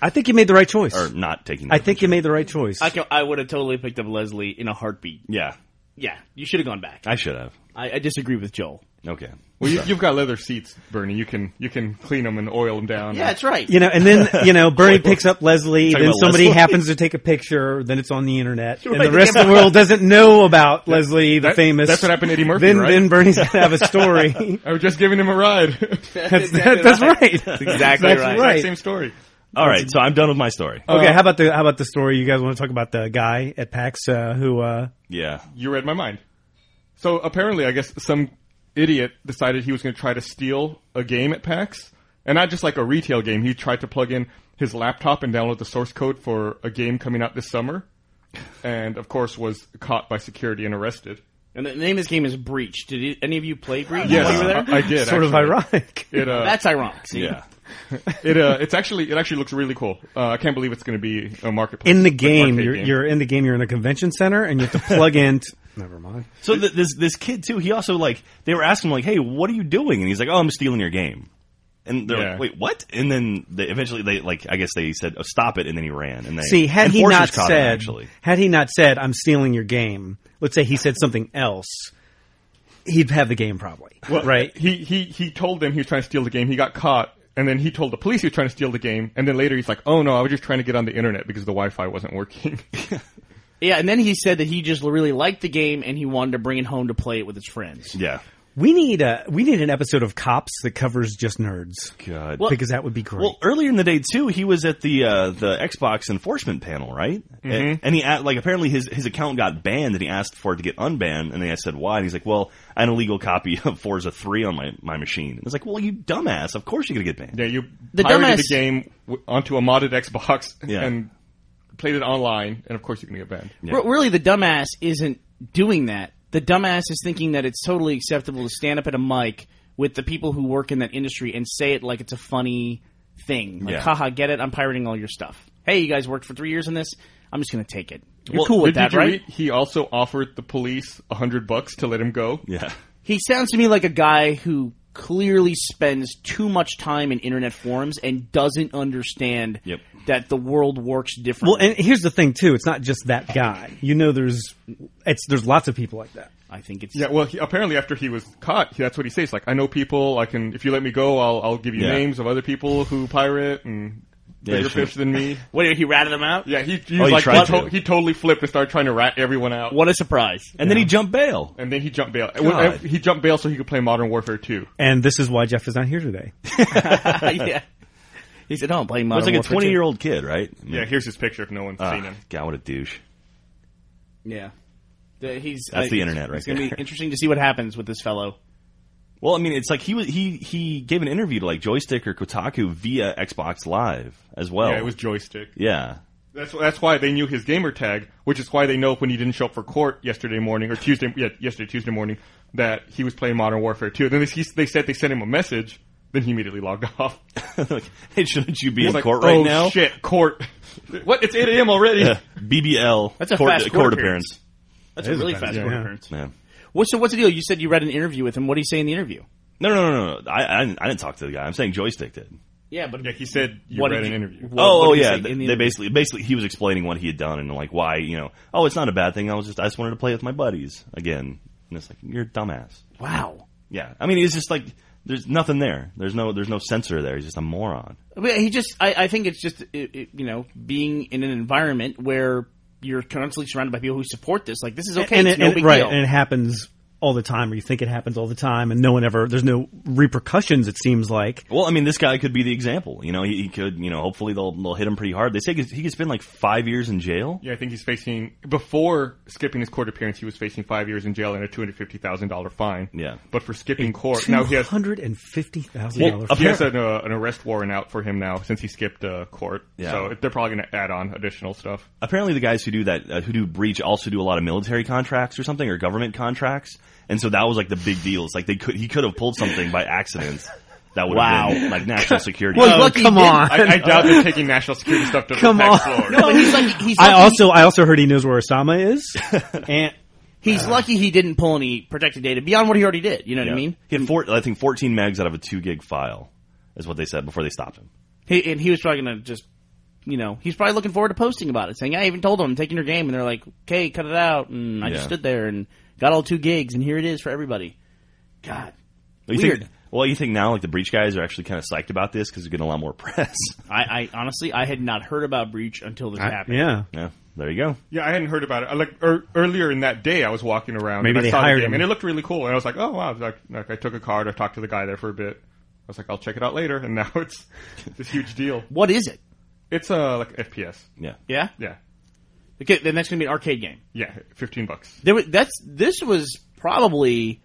Speaker 2: I think you made the right choice.
Speaker 5: or not taking. the
Speaker 2: I think you made the right choice.
Speaker 4: I, can, I would have totally picked up Leslie in a heartbeat.
Speaker 5: adventure.
Speaker 4: Yeah, you should have gone back.
Speaker 5: Yeah, I should have.
Speaker 4: I, I disagree with Joel.
Speaker 5: Okay.
Speaker 3: Well, you, you've got leather seats, Bernie. You can you can clean them and oil them down.
Speaker 4: Yeah, that's right.
Speaker 2: you know, and then you know, Bernie picks up Leslie.
Speaker 5: Talking
Speaker 2: Then
Speaker 5: about
Speaker 2: somebody
Speaker 5: Leslie?
Speaker 2: happens to take a picture. Then it's on the internet, and
Speaker 4: Right,
Speaker 2: the rest of the world doesn't know about Leslie, the
Speaker 3: That-
Speaker 2: famous.
Speaker 3: that's what happened to Eddie Murphy,
Speaker 2: Then
Speaker 3: right?
Speaker 2: then Bernie's gonna have a story.
Speaker 3: I was just giving him a ride.
Speaker 2: that's that's right. That's
Speaker 4: exactly right.
Speaker 2: right.
Speaker 3: Same story.
Speaker 5: All right. So I'm done with my story.
Speaker 3: Oh.
Speaker 2: Okay, how about the how about the story? You guys want to talk about the guy at PAX uh, who? Uh,
Speaker 5: Yeah.
Speaker 3: you read my mind. So apparently, I guess some idiot decided he was going to try to steal a game at PAX, and not just like a retail game. He tried to plug in his laptop and download the source code for a game coming out this summer, and of course was caught by security and arrested.
Speaker 4: And the name of this game is Breach. Did you- any of you play Breach
Speaker 3: Yes,
Speaker 4: while you were there?
Speaker 3: I, I did.
Speaker 2: sort of
Speaker 3: actually.
Speaker 2: ironic.
Speaker 3: It, uh,
Speaker 4: That's ironic. See?
Speaker 5: Yeah.
Speaker 3: it, uh, it's actually it actually looks really cool. Uh, I can't believe it's going to be a marketplace
Speaker 2: In the
Speaker 3: like
Speaker 2: game,
Speaker 3: arcade
Speaker 2: you're you're in the game. You're in a convention center, and you have to plug in. t- Never mind.
Speaker 5: So th- this this kid too, he also like they were asking him like, "Hey, what are you doing?" And he's like, "Oh, I'm stealing your game." And they're
Speaker 3: Yeah.
Speaker 5: like, "Wait, what?" And then they eventually they like I guess they said, "Oh, stop it!" And then he ran. And they
Speaker 2: See, had he
Speaker 5: enforcers
Speaker 2: not
Speaker 5: caught him,
Speaker 2: said,
Speaker 5: actually,
Speaker 2: had he not said, "I'm stealing your game," let's say he said something else, he'd have the game probably, right?
Speaker 3: He he he told them he was trying to steal the game. He got caught, and then he told the police he was trying to steal the game. And then later he's like, "Oh no, I was just trying to get on the internet because the Wi-Fi wasn't working."
Speaker 4: Yeah, and then he said that he just really liked the game and he wanted to bring it home to play it with his friends.
Speaker 5: yeah,
Speaker 2: We need a we need an episode of Cops that covers just nerds
Speaker 5: God.
Speaker 4: Well-
Speaker 2: because that would be great.
Speaker 5: Well, earlier in the day too, he was at the uh, the Xbox enforcement panel, right? And,
Speaker 3: Mm-hmm.
Speaker 5: and he a- like apparently his his account got banned, and he asked for it to get unbanned, and they said why, and he's like, "Well, I had an illegal copy of Forza Three on my my machine." And it's like, "Well, you dumbass! Of course you're gonna get banned."
Speaker 3: Yeah, you
Speaker 4: The
Speaker 3: pirated
Speaker 4: dumbass-
Speaker 3: the game w- onto a modded Xbox
Speaker 5: Yeah.
Speaker 3: and played it online, and of course you're gonna get banned.
Speaker 5: Yeah.
Speaker 4: Re- really, the dumbass isn't doing that. The dumbass is thinking that it's totally acceptable to stand up at a mic with the people who work in that industry and say it like it's a funny thing. Like,
Speaker 5: Yeah.
Speaker 4: haha, get it? I'm pirating all your stuff. Hey, you guys worked for three years on this. I'm just going to take it. You're
Speaker 5: Well,
Speaker 4: cool with
Speaker 3: Did,
Speaker 4: that,
Speaker 3: did you
Speaker 4: right?
Speaker 3: read? He also offered the police a hundred bucks to let him go.
Speaker 5: Yeah.
Speaker 4: He sounds to me like a guy who clearly spends too much time in internet forums and doesn't understand
Speaker 5: Yep.
Speaker 4: that the world works differently.
Speaker 2: Well, and here's the thing too. It's not just that guy. You know, there's it's there's lots of people like that.
Speaker 4: I think it's
Speaker 3: Yeah, well, he, apparently after he was caught, he, that's what he says. Like, I know people. I can, if you let me go, I'll, I'll give you
Speaker 5: Yeah.
Speaker 3: names of other people who pirate and
Speaker 5: Yeah,
Speaker 3: bigger
Speaker 5: sure.
Speaker 3: fish than me.
Speaker 4: What, he ratted him out?
Speaker 3: Yeah, he, he,
Speaker 5: Oh,
Speaker 3: was
Speaker 5: he
Speaker 3: like,
Speaker 5: tried
Speaker 3: he, to-
Speaker 5: to.
Speaker 3: he totally flipped and started trying to rat everyone out.
Speaker 4: What a surprise.
Speaker 5: And then he jumped bail.
Speaker 3: And then he jumped bail.
Speaker 5: God.
Speaker 3: He jumped bail so he could play Modern Warfare 2.
Speaker 2: And this is why Jeff is not here today.
Speaker 4: yeah. He said, "Oh, I'm playing
Speaker 5: It was
Speaker 4: Modern
Speaker 5: like a
Speaker 4: Warfare
Speaker 5: 20
Speaker 4: 2."
Speaker 5: year old kid, right? Ah,
Speaker 3: Yeah, here's his picture if no one's seen him.
Speaker 5: God, what a douche.
Speaker 4: Yeah, The- he's
Speaker 5: That's
Speaker 4: I-
Speaker 5: the internet right
Speaker 4: It's gonna be
Speaker 5: there.
Speaker 4: interesting to see what happens with this fellow.
Speaker 5: Well, I mean, it's like he was he he gave an interview to like Joystick or Kotaku via Xbox Live as well.
Speaker 3: Yeah, it was joystick.
Speaker 5: Yeah.
Speaker 3: That's that's why they knew his gamer tag, which is why they know when he didn't show up for court yesterday morning or Tuesday, yeah, yesterday Tuesday morning, that he was playing Modern Warfare 2. Then they, he, they said they sent him a message. Then he immediately logged off.
Speaker 5: like, hey, shouldn't you be
Speaker 3: He's
Speaker 5: in
Speaker 3: like,
Speaker 5: court right
Speaker 3: oh,
Speaker 5: now?
Speaker 3: Shit, court. what? It's 8 a.m. already.
Speaker 5: Yeah, BBL.
Speaker 4: That's a
Speaker 5: court,
Speaker 4: fast
Speaker 5: court
Speaker 4: court
Speaker 5: appearance.
Speaker 4: That's a really fast
Speaker 2: yeah.
Speaker 4: word.
Speaker 2: Yeah.
Speaker 5: Yeah.
Speaker 4: What, so what's the deal? You said you read an interview with him. What did he say in the interview?
Speaker 5: No, no, no, no, no. I, I, didn't, I didn't talk to the guy. I'm saying Joystick did.
Speaker 4: Yeah, but
Speaker 3: Yeah, he said you
Speaker 4: What
Speaker 3: read
Speaker 4: did
Speaker 3: an
Speaker 4: you-
Speaker 3: interview.
Speaker 4: what-
Speaker 5: oh, oh,
Speaker 4: did he
Speaker 5: yeah.
Speaker 4: say
Speaker 5: They,
Speaker 4: in the
Speaker 5: they
Speaker 4: interview?
Speaker 5: basically, basically, he was explaining what he had done and like why, you know, oh, it's not a bad thing. I was just, I just wanted to play with my buddies again. And it's like, you're a dumbass.
Speaker 4: wow.
Speaker 5: Yeah. I mean, it's just like, there's nothing there. There's no, there's no censor there. He's just a moron.
Speaker 4: I mean, he just. I, I think it's just it, it, you know being in an environment where you're constantly surrounded by people who support this. Like this is okay.
Speaker 2: and
Speaker 4: it's
Speaker 2: it,
Speaker 4: no
Speaker 2: and-
Speaker 4: big
Speaker 2: right,
Speaker 4: deal.
Speaker 2: and it happens all the time, or you think it happens all the time, and no one ever. There's no repercussions. It seems like.
Speaker 5: Well, I mean, this guy could be the example. You know, he, he could, you know, hopefully they'll, they'll hit him pretty hard. They say he could- he could spend like five years in jail.
Speaker 3: Yeah, I think he's facing before skipping his court appearance. He was facing five years in jail and a two hundred fifty thousand dollar fine.
Speaker 5: Yeah.
Speaker 3: but for skipping court, now
Speaker 2: Two
Speaker 3: he has
Speaker 2: hundred and fifty thousand
Speaker 5: Well,
Speaker 2: dollars.
Speaker 5: a-
Speaker 3: he has an, uh, an arrest warrant out for him now since he skipped uh, court.
Speaker 5: Yeah.
Speaker 3: So they're probably going to add on additional stuff.
Speaker 5: apparently the guys who do that uh, who do breach also do a lot of military contracts or something or government contracts and so that was like the big deal it's like they could he could have pulled something by accident that would
Speaker 4: Wow.
Speaker 5: have been like national security
Speaker 2: Well,
Speaker 4: Oh, lucky he
Speaker 2: come
Speaker 4: didn't.
Speaker 2: on.
Speaker 3: I, I doubt they're taking national security stuff to
Speaker 2: Come
Speaker 3: the next
Speaker 2: on.
Speaker 3: floor.
Speaker 4: No, but he's like he's.
Speaker 2: I
Speaker 4: lucky-
Speaker 2: also I also heard he knows where Osama is. and
Speaker 4: He's lucky he didn't pull any protected data beyond what he already did. You know
Speaker 5: Yeah.
Speaker 4: what I mean?
Speaker 5: he had four, i think 14 megs out of a 2 gig file is what they said before they stopped him
Speaker 4: He, and he was probably going to just, you know, he's probably looking forward to posting about it, saying, "I even told him I'm taking your game," and they're like, "Okay, cut it out." And I
Speaker 5: Yeah.
Speaker 4: just stood there and got all two gigs, and here it is for everybody. God,
Speaker 5: Well, you
Speaker 4: Weird.
Speaker 5: think, well you think now like the breach guys are actually kind of psyched about this because they're getting a lot more press
Speaker 4: I, I honestly I had not heard about breach until this happened.
Speaker 2: yeah,
Speaker 5: yeah there you go
Speaker 3: Yeah, I hadn't heard about it. I, like er, earlier in that day, I was walking around.
Speaker 2: Maybe
Speaker 3: and I
Speaker 2: they
Speaker 3: saw
Speaker 2: hired
Speaker 3: the game,
Speaker 2: him.
Speaker 3: and it looked really cool. And I was like, oh wow! Like, like I took a card. I talked to the guy there for a bit. I was like, I'll check it out later. And now it's this huge deal.
Speaker 4: What is it?
Speaker 3: It's uh like FPS.
Speaker 5: yeah
Speaker 4: Yeah.
Speaker 3: Yeah,
Speaker 4: Okay, then that's going to be an arcade game.
Speaker 3: yeah, fifteen bucks.
Speaker 4: There was, that's this was probably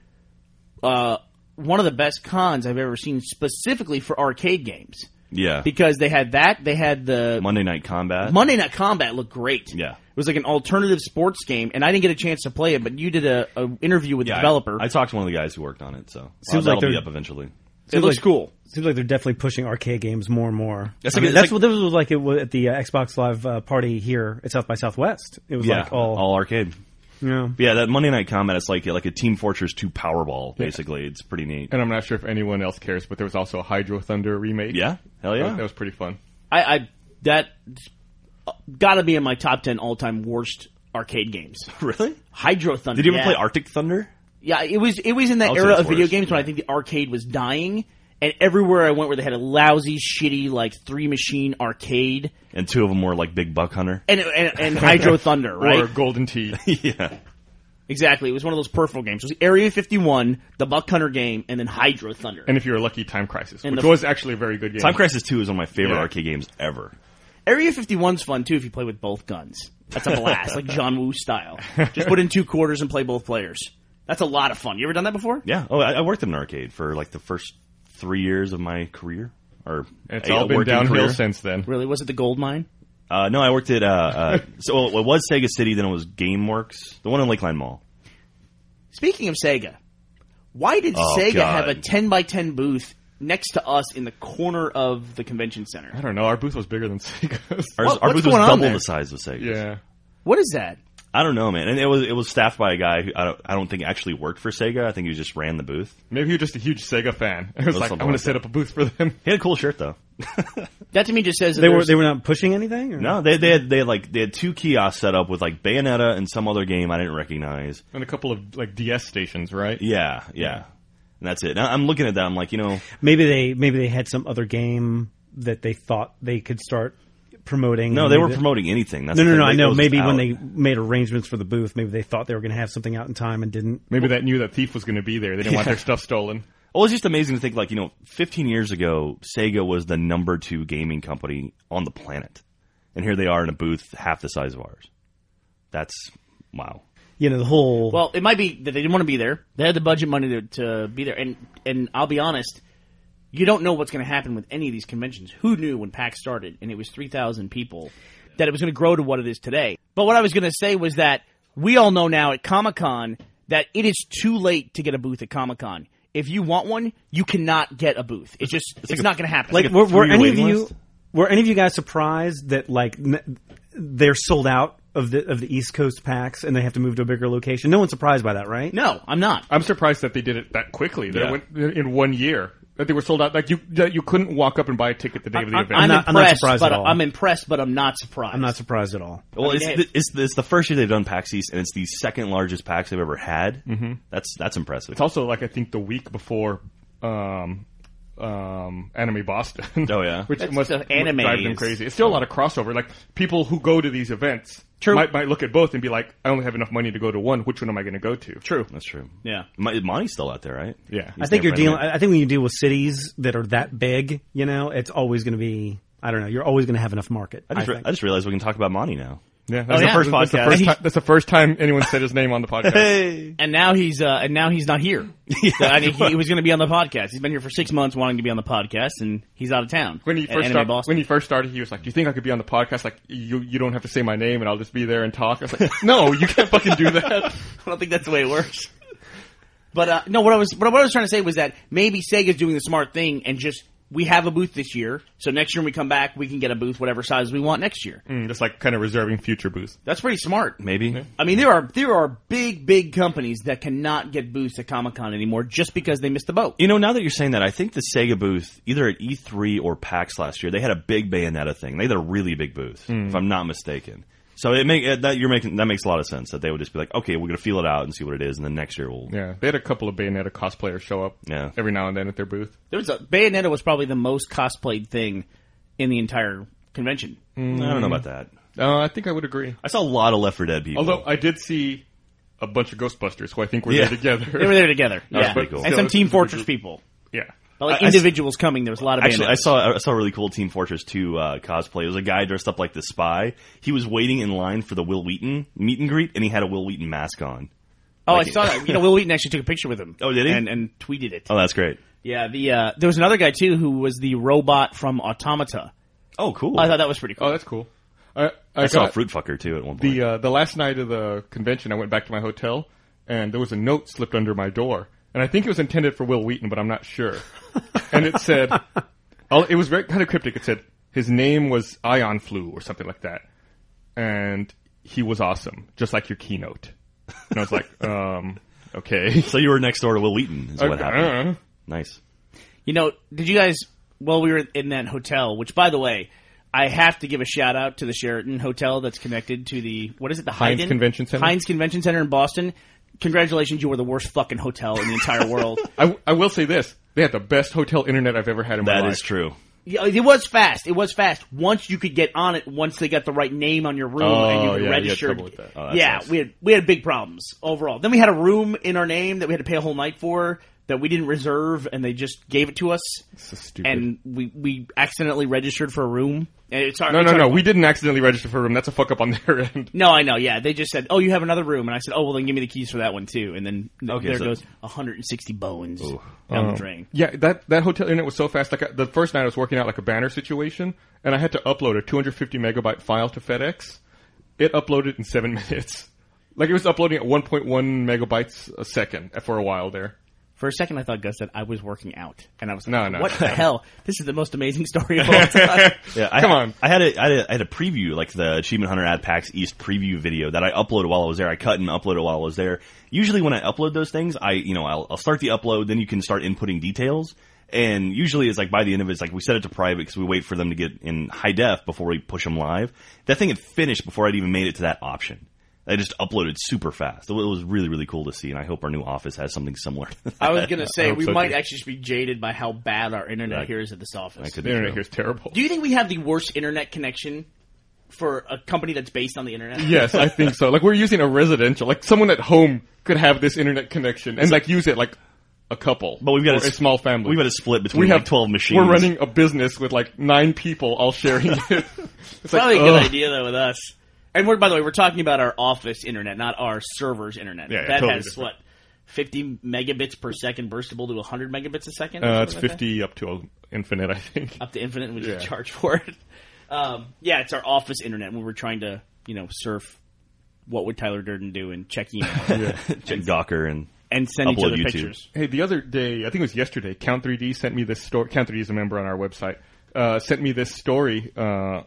Speaker 4: uh, one of the best cons I've ever seen, specifically for arcade games,
Speaker 5: yeah
Speaker 4: because they had that. They had the
Speaker 5: monday night combat
Speaker 4: Monday Night Combat looked great.
Speaker 5: Yeah.
Speaker 4: It was like an alternative sports game, and I didn't get a chance to play it, but you did a, a interview with
Speaker 5: yeah,
Speaker 4: the developer.
Speaker 5: I, I talked to one of the guys who worked on it so
Speaker 2: Seems
Speaker 5: that'll
Speaker 2: like
Speaker 5: be
Speaker 2: they're-
Speaker 5: up eventually
Speaker 4: it looks
Speaker 2: like-
Speaker 4: cool.
Speaker 2: seems like they're definitely pushing arcade games more and more.
Speaker 5: That's
Speaker 2: I
Speaker 5: like-
Speaker 2: mean, that's
Speaker 5: it's
Speaker 2: what this was like it was at the uh, Xbox Live uh, party here at South by Southwest. It was
Speaker 5: yeah
Speaker 2: like all,
Speaker 5: all arcade
Speaker 2: yeah.
Speaker 5: Yeah, that Monday Night Combat is like like a Team Fortress 2 Powerball, basically. It's pretty neat.
Speaker 3: And I'm not sure if anyone else cares, but there was also a Hydro Thunder remake.
Speaker 5: Yeah,
Speaker 3: That
Speaker 5: hell
Speaker 3: was- That
Speaker 5: yeah.
Speaker 3: was pretty fun.
Speaker 4: I, I that got to be in my top ten all time worst arcade games.
Speaker 5: Really?
Speaker 4: Hydro Thunder.
Speaker 5: Did you ever
Speaker 4: yeah.
Speaker 5: play Arctic Thunder?
Speaker 4: Yeah, it was it was in that
Speaker 5: I'll say
Speaker 4: era
Speaker 5: it's
Speaker 4: of video
Speaker 5: worse.
Speaker 4: games when I think the arcade was dying, and everywhere I went where they had a lousy, shitty like three machine arcade,
Speaker 5: And two of them were like Big Buck Hunter.
Speaker 4: and and, and Hydro Thunder, right?
Speaker 3: Or Golden Tee.
Speaker 5: yeah.
Speaker 4: Exactly. It was one of those peripheral games. It was Area 51, the Buck Hunter game, and then Hydro Thunder.
Speaker 3: And if you're lucky, Time Crisis,
Speaker 4: And
Speaker 3: which
Speaker 4: the-
Speaker 3: was actually a very good game.
Speaker 5: Time Crisis Two is one of my favorite
Speaker 3: Yeah.
Speaker 5: arcade games ever.
Speaker 4: Area 51's fun too if you play with both guns. That's a blast, like John Woo style. Just put in two quarters and play both players. That's a lot of fun. You ever done that before?
Speaker 5: Yeah. Oh, I, I worked in an arcade for like the first three years of my career, or
Speaker 3: It's
Speaker 5: a
Speaker 3: all been
Speaker 5: working
Speaker 3: downhill
Speaker 5: career.
Speaker 3: since then.
Speaker 4: Really? Was it the gold mine?
Speaker 5: Uh, no, I worked at uh, uh, so well, it was Sega City, then it was GameWorks, the one in Lakeland Mall.
Speaker 4: Speaking of Sega, why did
Speaker 5: Oh,
Speaker 4: Sega
Speaker 5: God.
Speaker 4: have a 10 by 10 booth next to us in the corner of the convention
Speaker 3: I
Speaker 4: center?
Speaker 3: don't know. Our booth was bigger than Sega's.
Speaker 5: Our,
Speaker 4: What-
Speaker 5: our
Speaker 4: what's
Speaker 5: booth was
Speaker 4: going on
Speaker 5: double
Speaker 4: there?
Speaker 5: the size of Sega.
Speaker 3: yeah.
Speaker 4: What is that?
Speaker 5: I don't know, man. And it was it was staffed by a guy who I don't, I don't think actually worked for Sega. I think he just ran the booth.
Speaker 3: Maybe you're just a huge Sega fan. It was
Speaker 5: Or
Speaker 3: like, I'm
Speaker 5: something
Speaker 3: going to
Speaker 5: like
Speaker 3: set up a booth for them.
Speaker 5: He had a cool shirt though.
Speaker 4: That to me just says that
Speaker 2: They were
Speaker 4: there's-
Speaker 2: they were not pushing anything. Or?
Speaker 5: No, they they had they had like they had two kiosks set up with like Bayonetta and some other game I didn't recognize.
Speaker 3: And a couple of like DS stations, right?
Speaker 5: Yeah, yeah. And that's it. Now, I'm looking at that. I'm like, you know,
Speaker 2: Maybe they maybe they had some other game that they thought they could start promoting.
Speaker 5: no,
Speaker 2: and
Speaker 5: they
Speaker 2: maybe
Speaker 5: weren't promoting anything. That's
Speaker 2: No,
Speaker 5: the
Speaker 2: no,
Speaker 5: thing.
Speaker 2: no. I
Speaker 5: Like, it
Speaker 2: know.
Speaker 5: was
Speaker 2: Maybe
Speaker 5: out.
Speaker 2: when they made arrangements for the booth, maybe they thought they were going to have something out in time and didn't.
Speaker 3: Maybe that knew that Thief was going to be there. They didn't want their stuff stolen.
Speaker 5: Well, it's just amazing to think, like, you know, 15 years ago, Sega was the number two gaming company on the planet. And here they are in a booth half the size of ours. That's, wow.
Speaker 2: You know, the whole.
Speaker 4: Well, it might be that they didn't want to be there. They had the budget money to, to be there, and and I'll be honest, you don't know what's going to happen with any of these conventions. Who knew when PAX started and it was three thousand people that it was going to grow to what it is today? But what I was going to say was that we all know now at Comic Con that it is too late to get a booth at Comic Con. If you want one, you cannot get a booth. It's just it's,
Speaker 5: like a-
Speaker 4: not going to happen.
Speaker 5: like a
Speaker 2: were, were
Speaker 5: three
Speaker 2: any of
Speaker 5: waiting
Speaker 2: you
Speaker 5: list?
Speaker 2: were any of you guys surprised that like n- they're sold out of the of the East Coast packs and they have to move to a bigger location? No one's surprised by that, right?
Speaker 4: no, I'm not.
Speaker 3: I'm surprised that they did it that quickly. That
Speaker 5: Yeah.
Speaker 3: it went in one year. That they were sold out. Like you, that you couldn't walk up and buy a ticket the day of the event.
Speaker 4: I'm
Speaker 2: not- I'm not
Speaker 4: impressed,
Speaker 2: surprised
Speaker 4: but
Speaker 2: at all.
Speaker 4: I'm impressed, but I'm not surprised.
Speaker 2: I'm not surprised at all.
Speaker 5: Well,
Speaker 4: mean,
Speaker 5: it's,
Speaker 4: it-
Speaker 5: the, it's, the, it's the first year they've done PAX East, and it's the second largest PAX they've ever had. Mm-hmm. That's that's impressive.
Speaker 3: It's also like I think the week before um, um, Anime Boston.
Speaker 5: Oh, yeah.
Speaker 3: which
Speaker 4: That's
Speaker 3: must
Speaker 4: the anime
Speaker 3: drive them
Speaker 4: is-
Speaker 3: crazy. It's still a lot of crossover. Like people who go to these events
Speaker 4: True.
Speaker 3: might might look at both and be like, I only have enough money to go to one. Which one am I going to go to? True.
Speaker 5: That's true.
Speaker 4: Yeah.
Speaker 5: My, Monty's still out there, right?
Speaker 3: Yeah.
Speaker 2: I
Speaker 5: He's
Speaker 2: think
Speaker 5: there
Speaker 2: you're
Speaker 5: for a
Speaker 2: dealing.
Speaker 5: minute.
Speaker 2: I think when you deal with cities that are that big, you know, it's always going to be. I don't know. You're always going to have enough market.
Speaker 5: I just,
Speaker 2: I
Speaker 5: re-
Speaker 2: think.
Speaker 5: I just realized we can talk about Monty now.
Speaker 3: Yeah,
Speaker 4: Oh,
Speaker 3: that's,
Speaker 4: yeah.
Speaker 3: The first podcast.
Speaker 5: That's the
Speaker 3: That's
Speaker 5: first
Speaker 3: the, ti- that's the first time anyone said his name on the podcast.
Speaker 5: Hey!
Speaker 4: And now he's uh, and now he's not here. I mean, he, he was going to be on the podcast. He's been here for six months wanting to be on the podcast, and he's out of town.
Speaker 3: When he
Speaker 4: at
Speaker 3: first
Speaker 4: Anime
Speaker 3: started,
Speaker 4: Boston.
Speaker 3: when he first started, he was like, "Do you think I could be on the podcast? Like, you you don't have to say my name, and I'll just be there and talk." I was like, "No, you can't fucking do that."
Speaker 4: I don't think that's the way it works. But uh, no, what I was what I was trying to say was that maybe Sega's doing the smart thing and just we have a booth this year, so next year when we come back, we can get a booth whatever size we want next year.
Speaker 3: Mm, just like kind of reserving future booths.
Speaker 4: That's pretty smart.
Speaker 5: Maybe.
Speaker 4: I mean, there are there are big big companies that cannot get booths at Comic Con anymore just because they missed the boat.
Speaker 5: You know, now that you're saying that, I think the Sega booth, either at E3 or PAX last year, they had a big Bayonetta thing. They had a really big booth,
Speaker 3: Mm.
Speaker 5: if I'm not mistaken. So it make it- that you're making that makes a lot of sense that they would just be like, okay, we're gonna feel it out and see what it is, and then next year we'll.
Speaker 3: Yeah, they had a couple of Bayonetta cosplayers show up
Speaker 5: Yeah.
Speaker 3: every now and then at their booth.
Speaker 4: There was a Bayonetta was probably the most cosplayed thing in the entire convention.
Speaker 5: I don't know about that.
Speaker 3: Uh, I think I would agree.
Speaker 5: I saw a lot of Left 4 Dead people.
Speaker 3: Although I did see a bunch of Ghostbusters, who I think were
Speaker 5: Yeah.
Speaker 3: there together.
Speaker 4: They were there together.
Speaker 5: was
Speaker 4: yeah.
Speaker 5: pretty cool.
Speaker 4: And
Speaker 3: So
Speaker 4: some
Speaker 3: it's
Speaker 4: Team
Speaker 3: a pretty
Speaker 4: Fortress
Speaker 3: good-
Speaker 4: people.
Speaker 3: yeah.
Speaker 4: But like
Speaker 5: I- I s-
Speaker 4: individuals coming, there was a lot of
Speaker 5: Actually, I
Speaker 4: Bayonettas.
Speaker 5: saw I saw a really cool Team Fortress 2 uh, cosplay. It was a guy dressed up like the spy. He was waiting in line for the Will Wheaton meet and greet, and he had a Will Wheaton mask on.
Speaker 4: oh,
Speaker 5: like-
Speaker 4: I saw that. You know, Will Wheaton actually took a picture with him.
Speaker 5: Oh, did he?
Speaker 4: And, and tweeted it.
Speaker 5: Oh, that's great.
Speaker 4: Yeah, the uh, there was another guy too who was the robot from Automata.
Speaker 5: Oh, cool.
Speaker 4: I thought that was pretty cool.
Speaker 3: Oh, that's cool. I, I,
Speaker 5: I saw a
Speaker 3: got
Speaker 5: fruit fucker too at one point.
Speaker 3: the uh, the last night of the convention. I went back to my hotel, and there was a note slipped under my door, and I think it was intended for Will Wheaton, but I'm not sure. and it said, all, it was very kind of cryptic. It said his name was Ion Flu or something like that, and he was awesome, just like your keynote. And I was like, um, okay.
Speaker 5: so you were next door to Will Wheaton, is what
Speaker 3: Okay. uh-huh.
Speaker 5: happened. Nice.
Speaker 4: You know, did you guys? Well, we were in that hotel, which, by the way, I have to give a shout out to the Sheraton Hotel that's connected to the what is it? The
Speaker 3: Heinz
Speaker 4: Hyden?
Speaker 3: Convention Center?
Speaker 4: Heinz Convention Center in Boston. Congratulations, you were the worst fucking hotel in the entire world.
Speaker 3: Uh-huh. I, I will say this: they had the best hotel internet I've ever had in my
Speaker 5: That
Speaker 3: life.
Speaker 5: is true.
Speaker 4: Yeah, it was fast. It was fast. Once you could get on it, once they got the right name on your room and you
Speaker 3: Oh,
Speaker 4: could
Speaker 3: yeah, you had
Speaker 4: register.
Speaker 3: trouble with that.
Speaker 5: Oh, that's
Speaker 4: yeah,
Speaker 5: nice.
Speaker 4: we had we had big problems overall. Then we had a room in our name that we had to pay a whole night for that we didn't reserve, and they just gave it to us.
Speaker 3: So stupid.
Speaker 4: And we we accidentally registered for a room. And it's our,
Speaker 3: no,
Speaker 4: it's
Speaker 3: no,
Speaker 4: our
Speaker 3: no. We didn't accidentally register for a room. That's a fuck up on their end.
Speaker 4: No, I know. Yeah, they just said, "Oh, you have another room," and I said, "Oh, well, then give me the keys for that one too." And then th-
Speaker 5: Okay,
Speaker 4: there
Speaker 5: so-
Speaker 4: goes 160 bones down
Speaker 3: Uh-huh.
Speaker 4: the drain.
Speaker 3: Yeah, that that hotel internet was so fast. Like I, the first night, I was working out like a banner situation, and I had to upload a 250 megabyte file to FedEx. It uploaded in seven minutes. Like it was uploading at 1.1 megabytes a second for a while there.
Speaker 4: For a second, I thought Gus said I was working out, and I was like,
Speaker 3: No, no.
Speaker 4: "What the hell? This is the most amazing story of all time."
Speaker 5: Yeah, I,
Speaker 3: Come on.
Speaker 5: I had a I had a, I had a preview like the Achievement Hunter Ad Packs East preview video that I uploaded while I was there. I cut and uploaded while I was there. Usually when I upload those things, I you know I'll, I'll start the upload, then you can start inputting details. And usually it's like by the end of it, it's like we set it to private because we wait for them to get in high def before we push them live. That thing had finished before I'd even made it to that option. I just uploaded super fast. It was really really cool to see, and I hope our new office has something similar. To that.
Speaker 4: I was gonna say
Speaker 3: hope
Speaker 4: we
Speaker 3: so,
Speaker 4: might
Speaker 3: too.
Speaker 4: actually just be jaded by how bad our internet
Speaker 5: Yeah.
Speaker 4: here is at this office.
Speaker 5: That could
Speaker 3: The
Speaker 5: be
Speaker 3: internet
Speaker 5: true.
Speaker 3: here is terrible.
Speaker 4: Do you think we have the worst internet connection for a company that's based on the internet?
Speaker 3: yes, I think so. Like we're using a residential. Like someone at home could have this internet connection and like use it like a couple.
Speaker 5: But we've got
Speaker 3: or
Speaker 5: a
Speaker 3: a,
Speaker 5: s-
Speaker 3: small family.
Speaker 5: We've got a split between like twelve machines.
Speaker 3: We're running a business with like nine people all sharing it. It's like,
Speaker 4: Probably a good
Speaker 3: ugh.
Speaker 4: idea though with us. And we're by the way, we're talking about our office internet, not our server's internet.
Speaker 3: Yeah, yeah,
Speaker 4: that
Speaker 3: totally
Speaker 4: has
Speaker 3: different.
Speaker 4: what fifty megabits per second burstable to hundred megabits a second. or
Speaker 3: Uh,
Speaker 4: something
Speaker 3: it's
Speaker 4: like that?
Speaker 3: fifty up to uh, infinite, I think.
Speaker 4: up to infinite, and we just
Speaker 3: Yeah.
Speaker 4: charge for it. Um, yeah, it's our office internet. when we're trying to you know surf what would Tyler Durden do and check email
Speaker 5: Check Docker and
Speaker 4: and send each
Speaker 5: Upload
Speaker 4: other
Speaker 5: YouTube.
Speaker 4: pictures.
Speaker 3: Hey, the other day, I think it was yesterday, Count3D sent me this story. Count3D is a member on our website. Uh, sent me this story uh,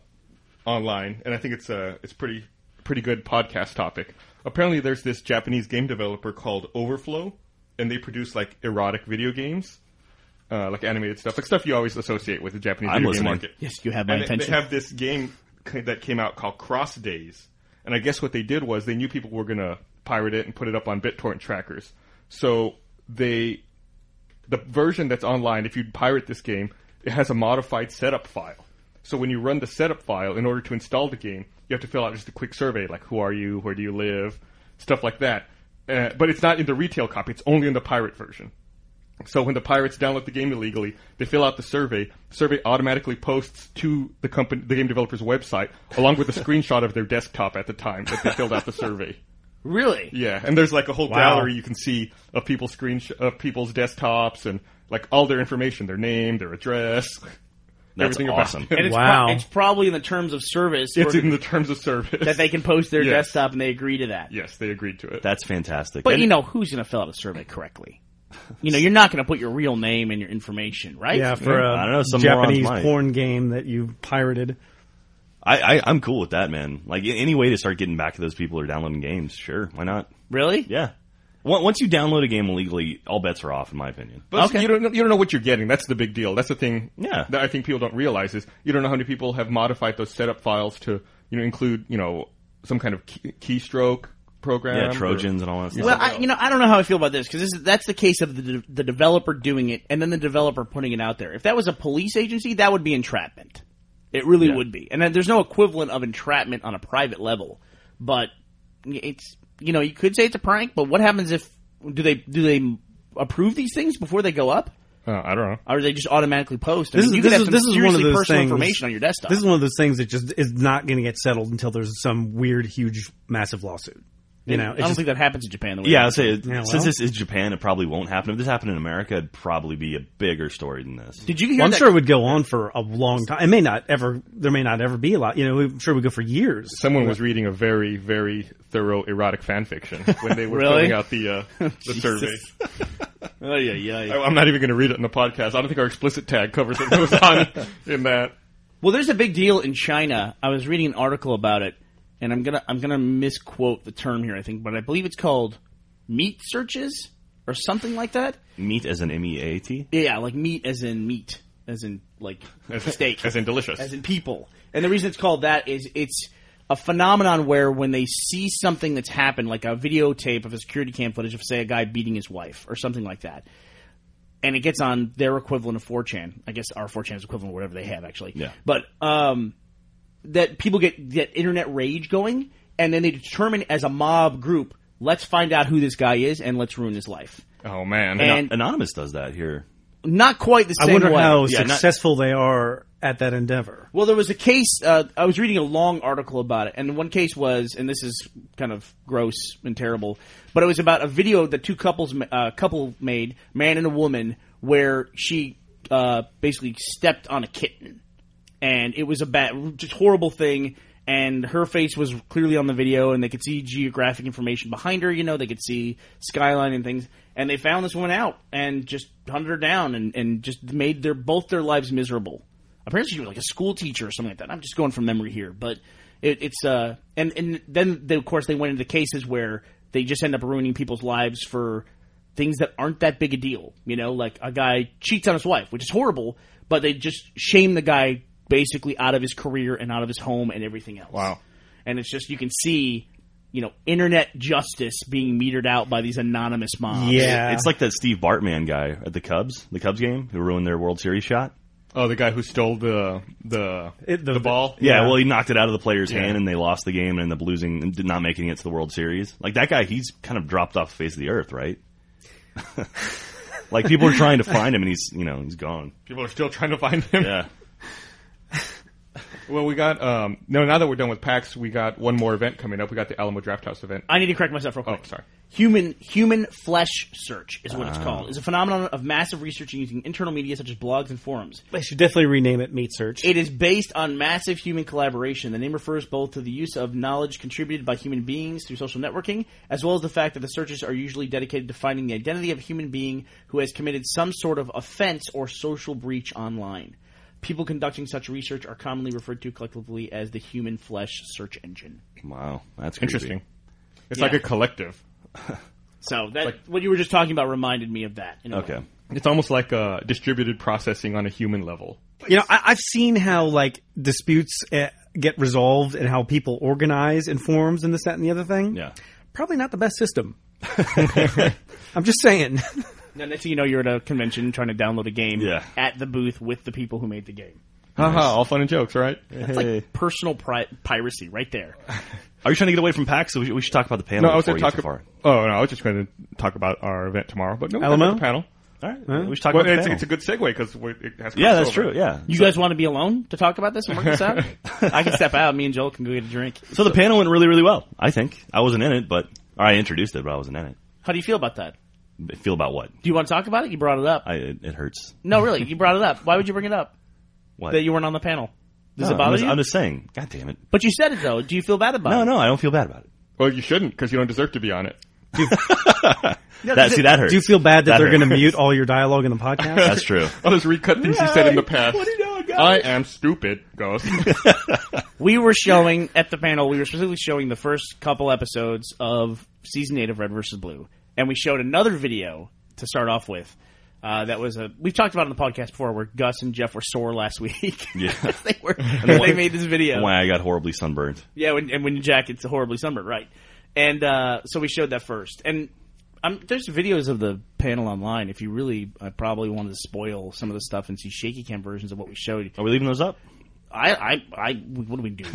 Speaker 3: online, and I think it's a it's pretty pretty good podcast topic. Apparently, there's this Japanese game developer called Overflow, and they produce like erotic video games, uh, like animated stuff, like stuff you always associate with the Japanese
Speaker 5: I'm
Speaker 3: video
Speaker 5: listening.
Speaker 3: game market.
Speaker 4: Yes, you have my
Speaker 3: And they, they
Speaker 4: attention.
Speaker 3: have this game c- that came out called Cross Days, and I guess what they did was they knew people were gonna pirate it and put it up on BitTorrent trackers, so they the version that's online, if you pirate this game, it has a modified setup file. So when you run the setup file, in order to install the game, you have to fill out just a quick survey, like who are you, where do you live, stuff like that. Uh, but it's not in the retail copy; it's only in the pirate version. So when the pirates download the game illegally, they fill out the survey. The survey automatically posts to the company, the game developer's website, along with a screenshot of their desktop at the time that they filled out the survey.
Speaker 4: Really?
Speaker 3: Yeah, and there's like a whole
Speaker 2: Wow.
Speaker 3: gallery you can see of people's screen of people's desktops and like all their information, their name, their address.
Speaker 5: that's
Speaker 3: Everything about
Speaker 5: awesome.
Speaker 3: it.
Speaker 4: And it's pro-
Speaker 2: Wow.
Speaker 4: it's probably in the terms of service
Speaker 3: It's
Speaker 4: where-
Speaker 3: in the terms of service.
Speaker 4: that they can post their
Speaker 3: Yes.
Speaker 4: desktop and they agree to that.
Speaker 3: yes, they agreed to it.
Speaker 5: That's fantastic.
Speaker 4: But
Speaker 5: And-
Speaker 4: you know who's going to fill out a survey correctly? You know, you're not going to put your real name and your information, right?
Speaker 2: Yeah, for a
Speaker 5: I don't know, some
Speaker 2: Japanese
Speaker 5: morons might.
Speaker 2: porn game that you pirated.
Speaker 5: I, I I'm cool with that, man. Like a- any way to start getting back to those people who are downloading games, sure, why not?
Speaker 4: Really?
Speaker 5: Yeah. Wa- Once you download a game illegally, all bets are off, in my opinion. But
Speaker 3: But
Speaker 4: Okay.
Speaker 3: you don't know- you don't know what you're getting. That's the big deal. That's the thing.
Speaker 5: Yeah.
Speaker 3: That I think people don't realize is you don't know how many people have modified those setup files to you know include you know some kind of key, keystroke program.
Speaker 5: yeah,
Speaker 3: or-
Speaker 5: Trojans and all that stuff.
Speaker 4: Well, I, you know, I don't know how I feel about this because that's the case of the, de- the developer doing it and then the developer putting it out there. If that was a police agency, that would be entrapment. It really would be. And then there's no equivalent of entrapment on a private level. But it's you know you could say it's a prank, but what happens if do they do they approve these things before they go up?
Speaker 3: Uh, I don't know.
Speaker 4: Or do they just automatically post? I
Speaker 2: This is
Speaker 4: mean, you could
Speaker 2: this
Speaker 4: have
Speaker 2: is
Speaker 4: some
Speaker 2: this is one of
Speaker 4: seriously
Speaker 2: those
Speaker 4: personal
Speaker 2: things.
Speaker 4: information on your desktop.
Speaker 2: This is one of those things that just is not going to get settled until there's some weird, huge, massive lawsuit. You know,
Speaker 4: I
Speaker 2: it's
Speaker 4: don't
Speaker 2: just-
Speaker 4: think that happens in Japan. The way
Speaker 5: yeah, I'd say
Speaker 2: well.
Speaker 5: since this is Japan, it probably won't happen. If this happened in America, it'd probably be a bigger story than this.
Speaker 4: Did you hear
Speaker 2: Well, I'm
Speaker 4: that?
Speaker 2: sure it would go on for a long time. It may not ever. There may not ever be a lot. You know, I'm sure it would go for years.
Speaker 3: Someone was reading a very, very thorough erotic fan fiction when they were
Speaker 4: Really?
Speaker 3: filling out the uh, the survey.
Speaker 4: Oh yeah, yeah. yeah.
Speaker 3: I, I'm not even going to read it in the podcast. I don't think our explicit tag covers it. It was on in that.
Speaker 4: Well, there's a big deal in China. I was reading an article about it, and I'm gonna I'm gonna misquote the term here, I think, but I believe it's called meat searches or something like that.
Speaker 5: Meat as an M E A T?
Speaker 4: Yeah, like meat as in meat, as in like steak,
Speaker 3: as in delicious.
Speaker 4: as in people. And the reason it's called that is it's a phenomenon where when they see something that's happened, like a videotape of a security cam footage of say a guy beating his wife or something like that, and it gets on their equivalent of 4chan. I guess our 4chan is equivalent, whatever they have actually.
Speaker 5: Yeah.
Speaker 4: But um, that people get get internet rage going, and then they determine as a mob group, let's find out who this guy is and let's ruin his life.
Speaker 3: Oh man.
Speaker 4: And-
Speaker 5: Anonymous does that here.
Speaker 4: Not quite the same
Speaker 2: I wonder
Speaker 4: way.
Speaker 2: how
Speaker 5: Yeah, not-
Speaker 2: successful they are at that endeavor.
Speaker 4: Well, there was a case. Uh, I was reading a long article about it, and one case was, and this is kind of gross and terrible, but it was about a video that two couples, ma- uh, couple made, man and a woman, where she uh, basically stepped on a kitten, and it was a bad, just horrible thing. And her face was clearly on the video, and they could see geographic information behind her. You know, they could see skyline and things. And they found this woman out and just hunted her down and, and just made their both their lives miserable apparently she was like a school teacher or something like that. I'm just going from memory here, but it, it's uh, and and then they, of course they went into cases where they just end up ruining people's lives for things that aren't that big a deal. You know, like a guy cheats on his wife, which is horrible, but they just shame the guy basically out of his career and out of his home and everything else.
Speaker 3: Wow.
Speaker 4: And it's just you can see, you know, internet justice being metered out by these anonymous mobs.
Speaker 2: Yeah,
Speaker 5: It's like that Steve Bartman guy at the Cubs, the Cubs game, who ruined their World Series shot.
Speaker 3: oh, the guy who stole the the
Speaker 2: It-
Speaker 3: the,
Speaker 2: the-
Speaker 3: ball.
Speaker 5: Yeah, well, he knocked it out of the player's hand, and they lost the game and ended up losing, and did not making it to the World Series. Like that guy, he's kind of dropped off the face of the earth, right? like people are trying to find him, and he's you know he's gone.
Speaker 3: People are still trying to find him.
Speaker 5: Yeah,
Speaker 3: Well, we got um. No, now that we're done with PAX, we got one more event coming up. We got the Alamo Draft House event.
Speaker 5: Ah.
Speaker 4: I need to correct myself real
Speaker 3: Oh,
Speaker 4: quick.
Speaker 3: sorry. Ah.
Speaker 4: Human human flesh search is what it's called. It's a phenomenon of massive research using internal media such as blogs and forums.
Speaker 2: I should definitely rename it Meat Search.
Speaker 4: It is based on massive human collaboration. The name refers both to the use of knowledge contributed by human beings through social networking, as well as the fact that the searches are usually dedicated to finding the identity of a human being who has committed some sort of offense or social breach online. People conducting such research are commonly referred to collectively as the human flesh search engine.
Speaker 5: wow, that's creepy.
Speaker 3: Interesting. It's
Speaker 4: Yeah.
Speaker 3: like a collective.
Speaker 4: So that what you were just talking about reminded me of that. in a way.
Speaker 5: Okay,
Speaker 3: It's almost like uh, distributed processing on a human level.
Speaker 2: You know, I, I've seen how like disputes uh, get resolved and how people organize in forums and this, that, and the other thing.
Speaker 5: yeah.
Speaker 2: Probably not the best system. I'm just saying.
Speaker 4: Now, next thing you know, you're at a convention trying to download a game
Speaker 5: Yeah.
Speaker 4: at the booth with the people who made the game.
Speaker 3: Haha, all fun and jokes, right?
Speaker 4: It's like personal pri- piracy right there.
Speaker 5: Are you trying to get away from PAX? So we, we should talk about the
Speaker 3: No,
Speaker 5: panel.
Speaker 3: I was
Speaker 5: before
Speaker 3: going
Speaker 5: we
Speaker 3: to
Speaker 5: get
Speaker 3: talk.
Speaker 5: too far.
Speaker 3: About, oh no, I was just going to talk about our event tomorrow. But no, we
Speaker 2: Alamo?
Speaker 3: got the panel.
Speaker 5: All right, we should talk
Speaker 3: Well,
Speaker 5: about
Speaker 3: it's,
Speaker 5: the panel.
Speaker 3: it's a good segue because it has.
Speaker 5: yeah, that's
Speaker 3: crossover.
Speaker 5: true. Yeah.
Speaker 4: You guys want to be alone to talk about this and work this out? I can step out. Me and Joel can go get a drink.
Speaker 5: So the panel went really, really well. I think I wasn't in it, but or I introduced it, but I wasn't in it.
Speaker 4: How do you feel about that?
Speaker 5: Feel about what?
Speaker 4: Do you want to talk about it? You brought it up.
Speaker 5: I it, it hurts.
Speaker 4: No, really, you brought it up. Why would you bring it up?
Speaker 5: What?
Speaker 4: That you weren't on the panel. Does
Speaker 5: No,
Speaker 4: it
Speaker 5: I'm
Speaker 4: bother
Speaker 5: just,
Speaker 4: you?
Speaker 5: I'm just saying. God damn it.
Speaker 4: But you said it though. Do you feel bad about
Speaker 5: No,
Speaker 4: it?
Speaker 5: no, I don't feel bad about it.
Speaker 3: Well, you shouldn't because you don't deserve to be on it.
Speaker 5: that, see, that hurts.
Speaker 2: Do you feel bad that,
Speaker 5: That
Speaker 2: they're going to
Speaker 5: hurts.
Speaker 2: mute all your dialogue in the podcast?
Speaker 5: That's true.
Speaker 3: I'll just recut things you said in the past.
Speaker 4: What do you know, guys?
Speaker 3: I am stupid, Ghost.
Speaker 4: We were showing at the panel. We were specifically showing the first couple episodes of season eight of Red vs. Blue, and we showed another video to start off with. Uh, that was a we've talked about it on the podcast before, where Gus and Jeff were sore last week.
Speaker 5: Yeah.
Speaker 4: they were. they made this video.
Speaker 5: Why I got horribly sunburned.
Speaker 4: Yeah, when, and when you jack, it's horribly sunburned, right? And uh, so we showed that first. And um, there's videos of the panel online. If you really, I probably wanted to spoil some of the stuff and see shaky cam versions of what we showed.
Speaker 5: Are we leaving those up?
Speaker 4: I, I, I what do we do?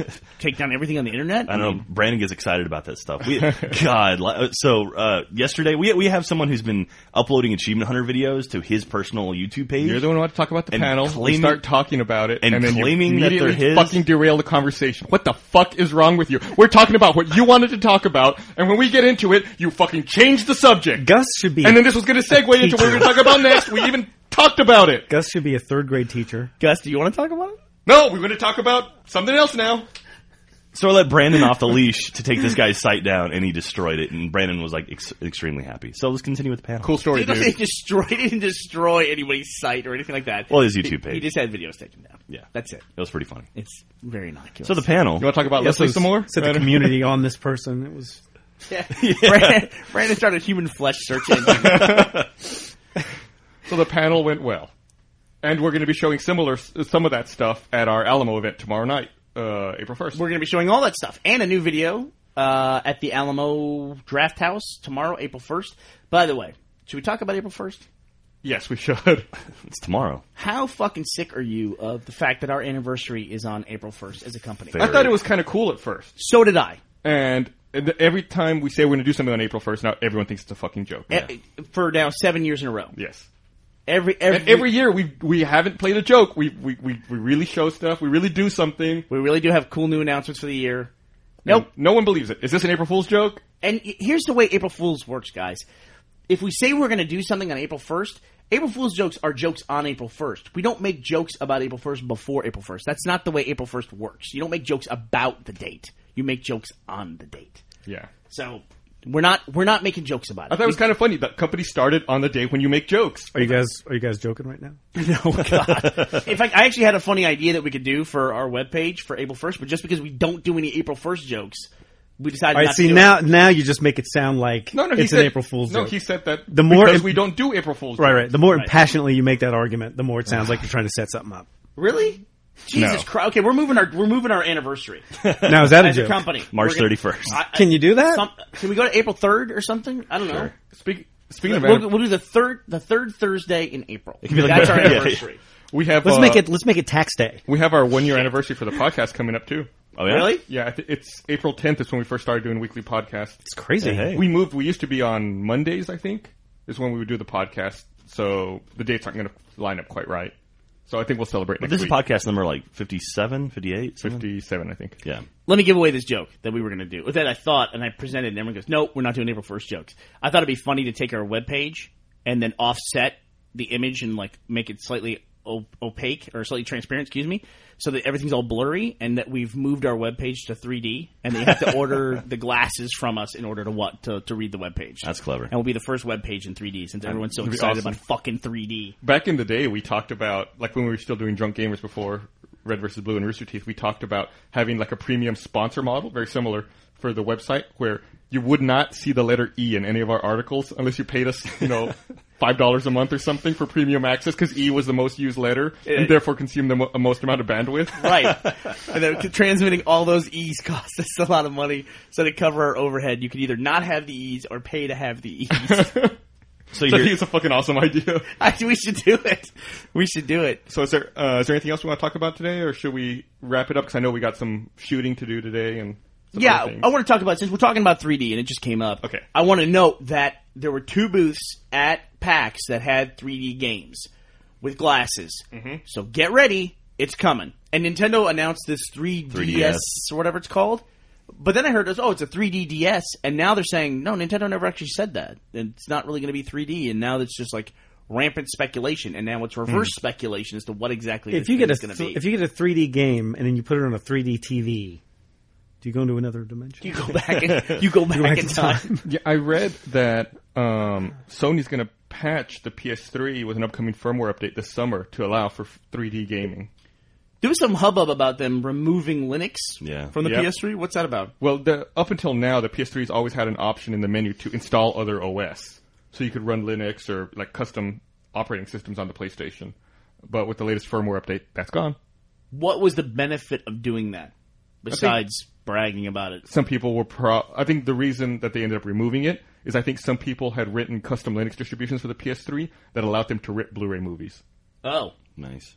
Speaker 4: Take down everything on the internet?
Speaker 5: I don't know. Brandon gets excited about that stuff. We, God, li- so uh, yesterday we we have someone who's been uploading achievement hunter videos to his personal YouTube page.
Speaker 3: You're the one who wants to talk about the
Speaker 5: And
Speaker 3: panel. we
Speaker 5: claiming-
Speaker 3: start talking about it,
Speaker 5: and
Speaker 3: and, then
Speaker 5: claiming
Speaker 3: you
Speaker 5: that they're
Speaker 3: immediately
Speaker 5: his.
Speaker 3: fucking derail the conversation. What the fuck is wrong with you? We're talking about what you wanted to talk about, and when we get into it, you fucking change the subject.
Speaker 2: Gus should be.
Speaker 3: and then this was going to segue into what we we're going to talk about next. We even talked about it.
Speaker 2: Gus should be a third grade teacher.
Speaker 4: Gus, do you want to talk about it?
Speaker 3: No, we're going to talk about something else now.
Speaker 5: so I let Brandon off the leash to take this guy's site down, and he destroyed it. And Brandon was like ex- extremely happy. So let's continue with the panel.
Speaker 3: Cool story,
Speaker 4: He doesn't
Speaker 3: dude.
Speaker 4: destroy, he didn't destroy anybody's site or anything like that.
Speaker 5: Well, his YouTube
Speaker 4: He- He
Speaker 5: page.
Speaker 4: just had videos taken down.
Speaker 5: Yeah.
Speaker 4: That's it.
Speaker 5: It was pretty funny.
Speaker 4: It's very innocuous.
Speaker 5: So the panel.
Speaker 3: You want to talk about Leslie some more?
Speaker 2: Set the community on this person. It was.
Speaker 4: yeah. Brandon, Brandon started human flesh search engine.
Speaker 3: So the panel went well, and we're going to be showing similar some of that stuff at our Alamo event tomorrow night, uh, April first.
Speaker 4: We're going to be showing all that stuff and a new video uh, at the Alamo Draft House tomorrow, April 1st. By the way, should we talk about April 1st?
Speaker 3: Yes, we should.
Speaker 5: It's tomorrow.
Speaker 4: How fucking sick are you of the fact that our anniversary is on April 1st as a company?
Speaker 5: Fair.
Speaker 3: I thought it was kind of cool at first,
Speaker 4: So did I.
Speaker 3: and th- every time we say we're going to do something on April first, now everyone thinks it's a fucking joke.
Speaker 4: E- For now, seven years in a row.
Speaker 3: Yes.
Speaker 4: Every every,
Speaker 3: And every year we we haven't played a joke. We we, we, we really show stuff. We really do something.
Speaker 4: we really do have cool new announcements for the year. Nope.
Speaker 3: No one believes it. Is this an April Fool's joke?
Speaker 4: And y- here's the way April Fools works, guys. If we say we're going to do something on April 1st, April Fools jokes are jokes on April 1st. We don't make jokes about April 1st before April 1st. That's not the way April 1st works. You don't make jokes about the date. You make jokes on the date.
Speaker 3: Yeah.
Speaker 4: So we're not we're not making jokes about it.
Speaker 3: I thought it was kind of funny that company started on the day when you make jokes.
Speaker 2: Are you guys are you guys joking right now?
Speaker 4: In fact, I actually had a funny idea that we could do for our webpage for April 1st, but just because we don't do any April 1st jokes, we decided
Speaker 2: All right,
Speaker 4: not
Speaker 2: see
Speaker 4: to do
Speaker 2: now
Speaker 4: it.
Speaker 2: now you just make it sound like
Speaker 3: No, no, he
Speaker 2: it's
Speaker 3: said,
Speaker 2: an April Fool's
Speaker 3: No,
Speaker 2: joke.
Speaker 3: he said that
Speaker 2: The more
Speaker 3: because
Speaker 2: if-
Speaker 3: we don't do April Fool's.
Speaker 2: right,
Speaker 3: jokes.
Speaker 2: right. The more impassionately you make that argument, the more it sounds like you're trying to set something up.
Speaker 4: Really? Jesus Christ. Okay, we're moving our we're moving our anniversary
Speaker 2: Now is that a
Speaker 4: as a
Speaker 2: joke?
Speaker 4: company.
Speaker 5: March
Speaker 4: We're gonna-
Speaker 5: 31st.
Speaker 4: I- I-
Speaker 2: Can you do that?
Speaker 4: some, can we go to April 3rd or something? I don't know.
Speaker 3: Speak, speaking of,
Speaker 4: We'll,
Speaker 3: annivers-
Speaker 4: we'll do the third the third Thursday in April.
Speaker 5: be like-
Speaker 4: That's our
Speaker 5: Yeah, yeah.
Speaker 4: anniversary.
Speaker 3: we have
Speaker 2: let's
Speaker 3: uh,
Speaker 2: make it let's make it tax day.
Speaker 3: We have our one year anniversary for the podcast coming up too.
Speaker 5: Oh, yeah?
Speaker 4: Really?
Speaker 3: Yeah, I thi- it's April 10th is when we first started doing weekly podcasts.
Speaker 2: It's crazy.
Speaker 5: Hey, hey.
Speaker 3: We moved. We used to be on Mondays, I think, is when we would do the podcast. So the dates aren't going to line up quite right. So I think we'll celebrate next
Speaker 5: This is
Speaker 3: week.
Speaker 5: podcast number like 57, 58, something?
Speaker 3: 57, I think.
Speaker 5: Yeah.
Speaker 4: Let me give away this joke that we were going to do. That I thought and I presented and everyone goes, "No, we're not doing April 1st jokes." I thought it'd be funny to take our webpage and then offset the image and like make it slightly o- opaque or slightly transparent, excuse me, so that everything's all blurry and that we've moved our webpage to 3D and that you have to order the glasses from us in order to what to, to read the webpage.
Speaker 5: That's clever.
Speaker 4: And we'll be the first webpage in 3D since everyone's so
Speaker 3: That'd be
Speaker 4: excited
Speaker 3: awesome.
Speaker 4: about fucking 3D.
Speaker 3: Back in the day, we talked about like when we were still doing Drunk Gamers before Red versus Blue and Rooster Teeth. We talked about having like a premium sponsor model, very similar for the website, where you would not see the letter E in any of our articles unless you paid us, you know. Five dollars a month or something for premium access because E was the most used letter and therefore consumed the mo- most amount of bandwidth.
Speaker 4: Right. and then t- transmitting all those E's costs us a lot of money. So to cover our overhead, you could either not have the E's or pay to have the E's.
Speaker 5: So,
Speaker 3: So I
Speaker 5: you're,
Speaker 3: think it's a fucking awesome idea.
Speaker 4: I- we should do it. We should do it.
Speaker 3: So is there uh, is there anything else we want to talk about today, or should we wrap it up? Because I know we got some shooting to do today, and some
Speaker 4: Yeah,
Speaker 3: other things.
Speaker 4: I want to talk about since we're talking about 3D and it just came up.
Speaker 3: Okay.
Speaker 4: I want to note that there were two booths at PAX that had 3D games with glasses. Mm-hmm. So get ready, it's coming. And Nintendo announced this 3DS,
Speaker 5: 3DS.
Speaker 4: or whatever it's called. But then I heard, oh, it's a 3D DS, and now they're saying no, Nintendo never actually said that, and it's not really going to be 3D. And now it's just like rampant speculation, and now it's reverse speculation as to what exactly
Speaker 2: If
Speaker 4: this
Speaker 2: you get a
Speaker 4: thing's going to
Speaker 2: th-
Speaker 4: be.
Speaker 2: if you get a 3D game and then you put it on a 3D TV, do you go into another dimension?
Speaker 4: you go back, in, you go back,
Speaker 2: back
Speaker 4: in
Speaker 2: in
Speaker 4: time.
Speaker 3: Yeah, I read that um, Sony's going to patch the PS3 with an upcoming firmware update this summer to allow for 3D gaming.
Speaker 4: There was some hubbub about them removing Linux
Speaker 5: Yeah.
Speaker 4: from the
Speaker 3: Yep.
Speaker 4: PS3. What's that about?
Speaker 3: Well, the, up until now, the PS3's always had an option in the menu to install other OS, so you could run Linux or like custom operating systems on the PlayStation. But with the latest firmware update, that's gone.
Speaker 4: What was the benefit of doing that besides bragging about it?
Speaker 3: some people were pro. I think the reason that they ended up removing it is I think some people had written custom Linux distributions for the PS3 that allowed them to rip Blu-ray movies.
Speaker 4: Oh,
Speaker 5: nice.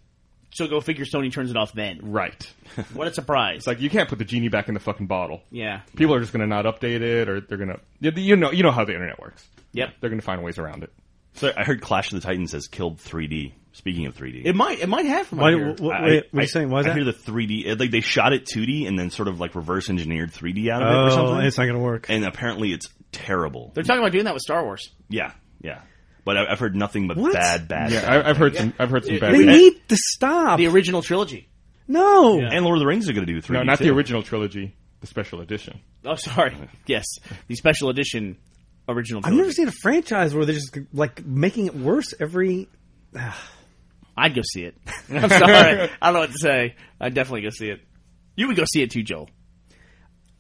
Speaker 4: so go figure. Sony turns it off then.
Speaker 3: Right.
Speaker 4: What a surprise!
Speaker 3: It's like you can't put the genie back in the fucking bottle.
Speaker 4: yeah,
Speaker 3: People are just going to not update it, or they're going to you you know you know how the internet works.
Speaker 4: Yep.
Speaker 3: They're going to find ways around it.
Speaker 5: So I heard Clash of the Titans has killed 3D. Speaking of 3D.
Speaker 4: it might it might have from
Speaker 2: Why, wh-
Speaker 4: up here.
Speaker 2: wh- wait, what
Speaker 5: I-
Speaker 2: are
Speaker 5: I-
Speaker 2: you saying? Why is
Speaker 5: I
Speaker 2: that?
Speaker 5: hear the 3D. it- Like they shot it 2D and then sort of like reverse engineered 3D out of it or
Speaker 2: oh,
Speaker 5: something.
Speaker 2: it's not going to work.
Speaker 5: and apparently it's terrible.
Speaker 4: They're talking about doing that with Star Wars.
Speaker 5: Yeah, yeah. But I, I've heard nothing but
Speaker 2: What?
Speaker 5: bad, bad.
Speaker 3: Yeah,
Speaker 5: stuff.
Speaker 3: I, I've heard some I've heard some bad.
Speaker 2: They
Speaker 3: things.
Speaker 2: need to stop.
Speaker 4: The original trilogy.
Speaker 2: no.
Speaker 5: and Lord of the Rings are going to do 3D.
Speaker 3: No, not
Speaker 5: too.
Speaker 3: the original trilogy, the special edition.
Speaker 4: Oh, sorry. Yes, the special edition original.
Speaker 2: I've
Speaker 4: Trilogy.
Speaker 2: never seen a franchise where they're just like making it worse every.
Speaker 4: I'd go see it. I'm sorry. I don't know what to say. I'd definitely go see it. You would go see it too, Joel.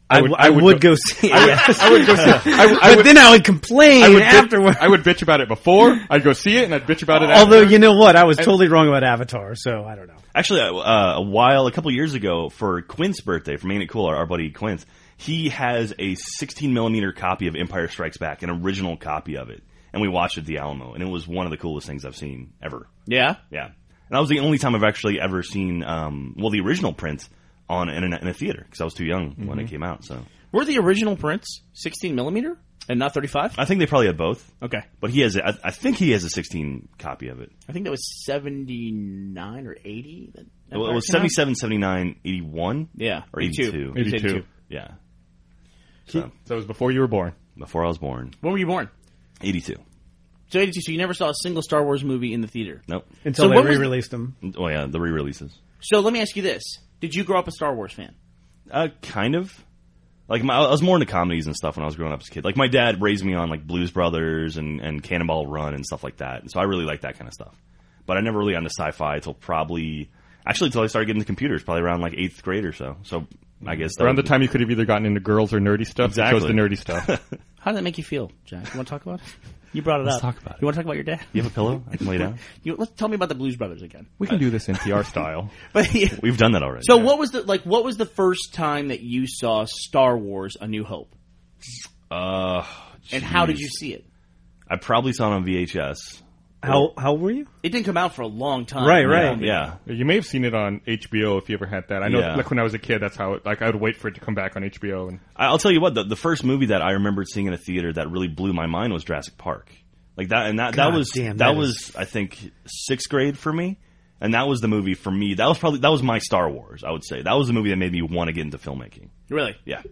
Speaker 2: I
Speaker 3: would-
Speaker 2: w- I
Speaker 3: I would
Speaker 2: would
Speaker 3: go-
Speaker 2: go see it. yes.
Speaker 3: I would go see. I, would- I
Speaker 2: But
Speaker 3: would,
Speaker 2: then I would complain
Speaker 3: I would bitch-
Speaker 2: afterward.
Speaker 3: I would bitch about it before. I'd go see it and I'd bitch about it.
Speaker 2: Although
Speaker 3: after.
Speaker 2: you know what, I was totally wrong about Avatar, so I don't know.
Speaker 5: Actually, uh, a while, a couple years ago, for Quint's birthday, for Making It Cool, our, our buddy Quint, he has a 16 millimeter copy of Empire Strikes Back, an original copy of it. And and we watched it at the Alamo, and it was one of the coolest things I've seen ever.
Speaker 4: Yeah.
Speaker 5: Yeah, and that was the only time I've actually ever seen um, well the original print on in a, in a theater because I was too young when it came out. So
Speaker 4: Were the original prints 16 millimeter and not 35?
Speaker 5: I think they probably had both,
Speaker 4: Okay.
Speaker 5: but he has a, I, I think he has a 16 copy of it.
Speaker 4: I think that was 79 or 80. That, that
Speaker 5: Well, it
Speaker 4: part
Speaker 5: was
Speaker 4: came out?
Speaker 5: 77, 79, 81.
Speaker 4: Yeah.
Speaker 5: Or 82.
Speaker 4: It was
Speaker 3: 82.
Speaker 5: Yeah,
Speaker 3: So it was before you were born.
Speaker 5: before I was born,
Speaker 4: When were you born?
Speaker 5: 82.
Speaker 4: So 82. So you never saw a single Star Wars movie in the theater.
Speaker 5: Nope.
Speaker 2: until
Speaker 4: So
Speaker 2: they
Speaker 4: what was-
Speaker 2: re-released them.
Speaker 5: Oh yeah, the re-releases.
Speaker 4: So let me ask you this. Did you grow up a Star Wars fan?
Speaker 5: Uh, kind of. Like my, I was more into comedies and stuff when I was growing up as a kid. Like my dad raised me on like Blues Brothers and, and Cannonball Run and stuff like that. And so I really like that kind of stuff. But I never really got into sci-fi until probably, actually until I started getting into computers, probably around like eighth grade or so. So I guess that
Speaker 3: Around the
Speaker 5: would-
Speaker 3: time you could have either gotten into girls or nerdy stuff. you chose
Speaker 5: Exactly.
Speaker 3: the nerdy stuff.
Speaker 4: How did that make you feel, Jack? You want to talk about it? You brought it
Speaker 5: Let's
Speaker 4: up.
Speaker 5: talk about it.
Speaker 4: You want to talk about your dad?
Speaker 5: You have a pillow? I can lay down.
Speaker 4: You, let's tell me about the Blues Brothers again.
Speaker 3: we can do this NPR style.
Speaker 4: But yeah.
Speaker 5: We've done that already.
Speaker 4: So what was the like? What was the first time that you saw Star Wars: A New Hope,
Speaker 5: uh,
Speaker 4: and how
Speaker 5: jeez.
Speaker 4: did you see it?
Speaker 5: I probably saw it on VHS.
Speaker 2: How how old were you?
Speaker 4: It didn't come out for a long time,
Speaker 2: Right, right.
Speaker 5: Yeah.
Speaker 3: You may have seen it on HBO if you ever had that. I know,
Speaker 5: Yeah.
Speaker 3: like when I was a kid, that's how it, like I would wait for it to come back on HBO. And
Speaker 5: I- I'll tell you what, the, the first movie that I remembered seeing in a theater that really blew my mind was Jurassic Park. Like that, and that, that
Speaker 2: God
Speaker 5: was,
Speaker 2: damn,
Speaker 5: that,
Speaker 2: that
Speaker 5: was, I think, sixth grade for me. And that was the movie for me. That was probably, that was my Star Wars, I would say. That was the movie that made me want to get into filmmaking.
Speaker 4: Really?
Speaker 5: Yeah.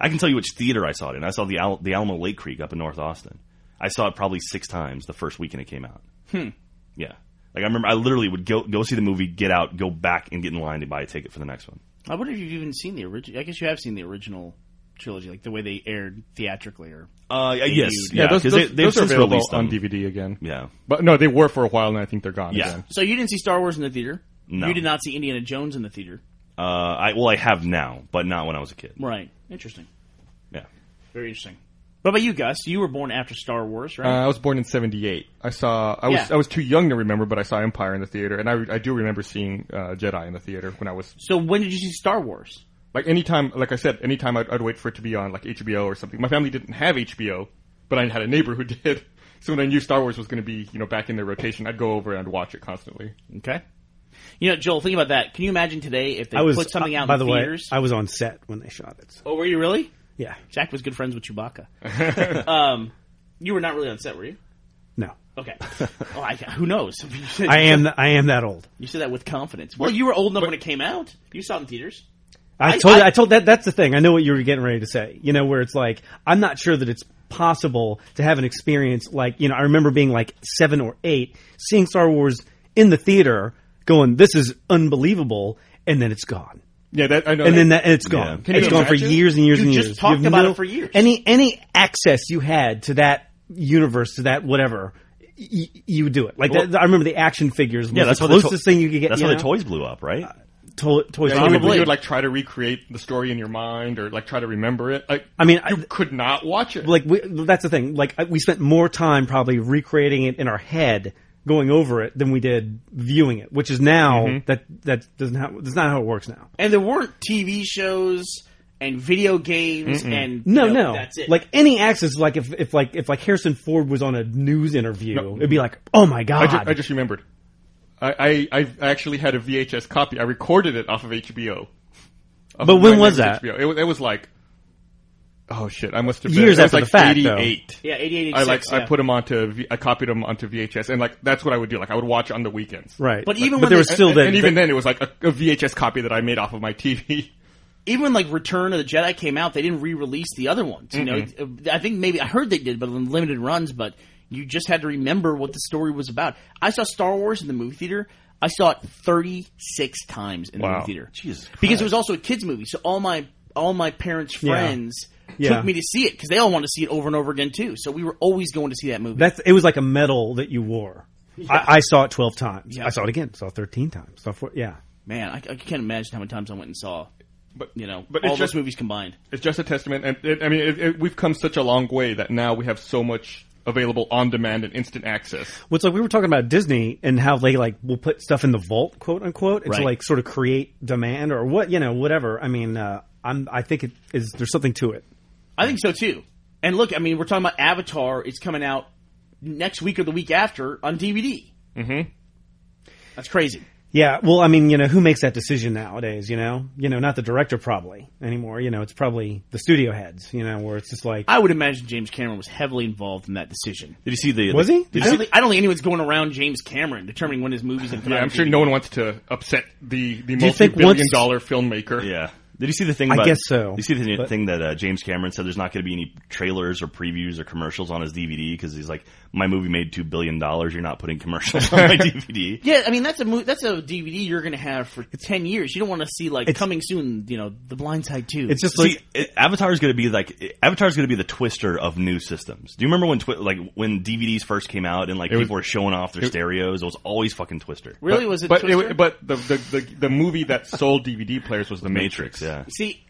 Speaker 5: I can tell you which theater I saw it in. I saw the, Al- the Alamo Lake Creek up in North Austin. I saw it probably six times the first weekend it came out. Hmm. Yeah. Like I remember, I literally would go, go see the movie, get out, go back and get in line to buy a ticket for the next one.
Speaker 4: I wonder if you've even seen the original. I guess you have seen the original trilogy, like the way they aired theatrically. Or
Speaker 5: Uh, yes.
Speaker 4: Dude.
Speaker 5: Yeah.
Speaker 3: those, those,
Speaker 5: 'cause they, they've
Speaker 3: those are
Speaker 5: since
Speaker 3: available
Speaker 5: released
Speaker 3: on
Speaker 5: them.
Speaker 3: DVD again.
Speaker 5: Yeah.
Speaker 3: But no, they were for a while, and I think they're gone
Speaker 5: Yeah.
Speaker 3: again.
Speaker 4: so you didn't see Star Wars in the theater.
Speaker 5: No.
Speaker 4: You did not see Indiana Jones in the theater.
Speaker 5: Uh, I well, I have now, but not when I was a kid.
Speaker 4: Right. Interesting.
Speaker 5: Yeah,
Speaker 4: Very interesting. What about you, Gus? You were born after Star Wars,
Speaker 3: Uh,
Speaker 4: right?
Speaker 3: I was born in '78. I saw. I was.
Speaker 4: Yeah.
Speaker 3: I was too young to remember, but I saw Empire in the theater, and I, I do remember seeing uh, Jedi in the theater when I was
Speaker 4: so when did you see Star Wars?
Speaker 3: like anytime. Like I said, anytime I'd, I'd wait for it to be on like HBO or something. My family didn't have HBO, but I had a neighbor who did. So when I knew Star Wars was going to be, you know, back in their rotation, I'd go over and I'd watch it constantly.
Speaker 4: Okay. You know, Joel, think about that. Can you imagine today if they
Speaker 2: I was uh,
Speaker 4: put something out
Speaker 2: By
Speaker 4: in
Speaker 2: the
Speaker 4: theaters?
Speaker 2: way, I was on set when they shot it. so-
Speaker 4: oh, were you really?
Speaker 2: Yeah,
Speaker 4: Jack was good friends with Chewbacca. um, you were not really on set, were you?
Speaker 2: no,
Speaker 4: Okay. Oh, I, who knows? You said,
Speaker 2: I am I am that old.
Speaker 4: You said that with confidence. Well, you were old enough when it came out. You saw it in theaters.
Speaker 2: I
Speaker 4: I-
Speaker 2: told
Speaker 4: I-
Speaker 2: I, told that that's the thing. I know what you were getting ready to say. You know where it's like I'm not sure that it's possible to have an experience like you know I remember being like seven or eight seeing Star Wars in the theater, going this is unbelievable, and then it's gone.
Speaker 3: Yeah, that I know.
Speaker 2: and
Speaker 3: that-
Speaker 2: then that, it's gone.
Speaker 5: Can
Speaker 3: you
Speaker 2: It's gone for
Speaker 3: imagine?
Speaker 2: years and years
Speaker 4: You
Speaker 2: and
Speaker 4: just
Speaker 2: years.
Speaker 4: talked
Speaker 2: have
Speaker 4: about it for years.
Speaker 2: Any any access you had to that universe, to that whatever, y- you do it. Like that, I remember the action figures. Was
Speaker 5: yeah. That's
Speaker 2: the
Speaker 5: what the to-
Speaker 2: closest thing you could get.
Speaker 5: That's
Speaker 2: you
Speaker 5: how the
Speaker 2: know?
Speaker 5: toys blew up, right?
Speaker 2: To- toys.
Speaker 3: you would,
Speaker 4: Probably.
Speaker 3: you would like try to recreate the story in your mind or like try to remember it. Like
Speaker 2: I mean,
Speaker 3: you
Speaker 2: I-
Speaker 3: could not watch it.
Speaker 2: like we, that's the thing. Like I- we spent more time probably recreating it in our head, going over it, than we did viewing it. Which is now
Speaker 3: Mm-hmm.
Speaker 2: that that doesn't how that's not how it works now.
Speaker 4: And there weren't TV shows and video games and
Speaker 2: No,
Speaker 4: you know,
Speaker 2: no.
Speaker 4: That's it.
Speaker 2: Like any access, like if, if like if like Harrison Ford was on a news interview, it'd be like, oh my god.
Speaker 3: I, ju- I just remembered. I, I I actually had a VHS copy. I recorded it off of HBO. Off
Speaker 2: But
Speaker 3: of
Speaker 2: when
Speaker 3: my
Speaker 2: was
Speaker 3: neighbor's
Speaker 2: that?
Speaker 3: HBO. It, was- it was like, oh shit! I must have been,
Speaker 2: Years
Speaker 3: it was
Speaker 2: after
Speaker 3: like
Speaker 2: the fact, though.
Speaker 3: Eighty-eight.
Speaker 4: yeah, 88,
Speaker 3: I
Speaker 4: 86,
Speaker 3: like
Speaker 4: yeah.
Speaker 3: I put them onto V- I copied them onto VHS and like that's what I would do. Like I would watch on the weekends.
Speaker 2: right.
Speaker 4: But even
Speaker 2: but
Speaker 4: when
Speaker 2: there
Speaker 4: they-
Speaker 2: was still
Speaker 3: and,
Speaker 2: that.
Speaker 3: and even
Speaker 2: that-
Speaker 3: then, it was like a, a VHS copy that I made off of my TV.
Speaker 4: even when, like Return of the Jedi came out, they didn't re-release the other ones. You know, Uh, I think maybe I heard they did, but in limited runs. But you just had to remember what the story was about. I saw Star Wars in the movie theater. I saw it 36 times in the
Speaker 3: Wow.
Speaker 4: movie theater.
Speaker 5: Jesus Christ.
Speaker 4: because it was also a kids movie. So all my all my parents' friends
Speaker 2: Yeah.
Speaker 4: took me to see it because they all wanted to see it over and over again too. So we were always going to see that movie.
Speaker 2: that's it was like a medal that you wore. I, I saw it twelve times.
Speaker 4: Yeah.
Speaker 2: I saw it again. Saw it thirteen times. Saw four. Yeah.
Speaker 4: Man, I, I can't imagine how many times I went and saw.
Speaker 3: But
Speaker 4: You know,
Speaker 3: but
Speaker 4: all
Speaker 3: it's
Speaker 4: those
Speaker 3: just-
Speaker 4: movies combined.
Speaker 3: It's just a testament, and it, I mean, it, it, we've come such a long way that now we have so much available on demand and instant access.
Speaker 2: Well, it's like we were talking about Disney and how they like will put stuff in the vault, quote unquote, and to
Speaker 4: Right.
Speaker 2: like sort of create demand or what you know, whatever. I mean, uh, I'm I think it is there's something to it.
Speaker 4: I think so too. And look, I mean, we're talking about Avatar. It's coming out next week or the week after on DVD. Mm-hmm.
Speaker 3: Mm-hmm.
Speaker 4: That's crazy.
Speaker 2: Yeah, well, I mean, you know, who makes that decision nowadays? You know, you know, not the director probably anymore. You know, it's probably the studio heads. You know, where it's just like,
Speaker 4: I would imagine James Cameron was heavily involved in that decision.
Speaker 5: Did you see the?
Speaker 2: was he?
Speaker 4: I don't, think, I don't think anyone's going around James Cameron determining when his movies and
Speaker 3: Yeah, I'm sure no one wants to upset the the
Speaker 2: you think
Speaker 3: multi-billion
Speaker 2: once-
Speaker 3: dollar filmmaker.
Speaker 5: Yeah. Did you see the thing?
Speaker 2: I
Speaker 5: About,
Speaker 2: guess so,
Speaker 5: You see the
Speaker 2: but-
Speaker 5: thing that uh, James Cameron said. There's not going to be any trailers or previews or commercials on his DVD because he's like, my movie made two billion dollars. You're not putting commercials on my DVD.
Speaker 4: Yeah, I mean that's a mo- that's a DVD you're going to have for ten years. You don't want to see like coming soon. You know, The Blind Side too.
Speaker 2: It's just
Speaker 5: See,
Speaker 2: like,
Speaker 5: it- Avatar's going to be like Avatar's going to be the twister of new systems. Do you remember when twi- like when DVDs first came out and like
Speaker 3: was-
Speaker 5: people were showing off their stereos? It was always fucking Twister.
Speaker 4: really
Speaker 3: But-
Speaker 4: was it.
Speaker 3: But
Speaker 4: Twister?
Speaker 3: but the, the the the movie that sold DVD players was The Matrix.
Speaker 5: Matrix, yeah.
Speaker 4: see,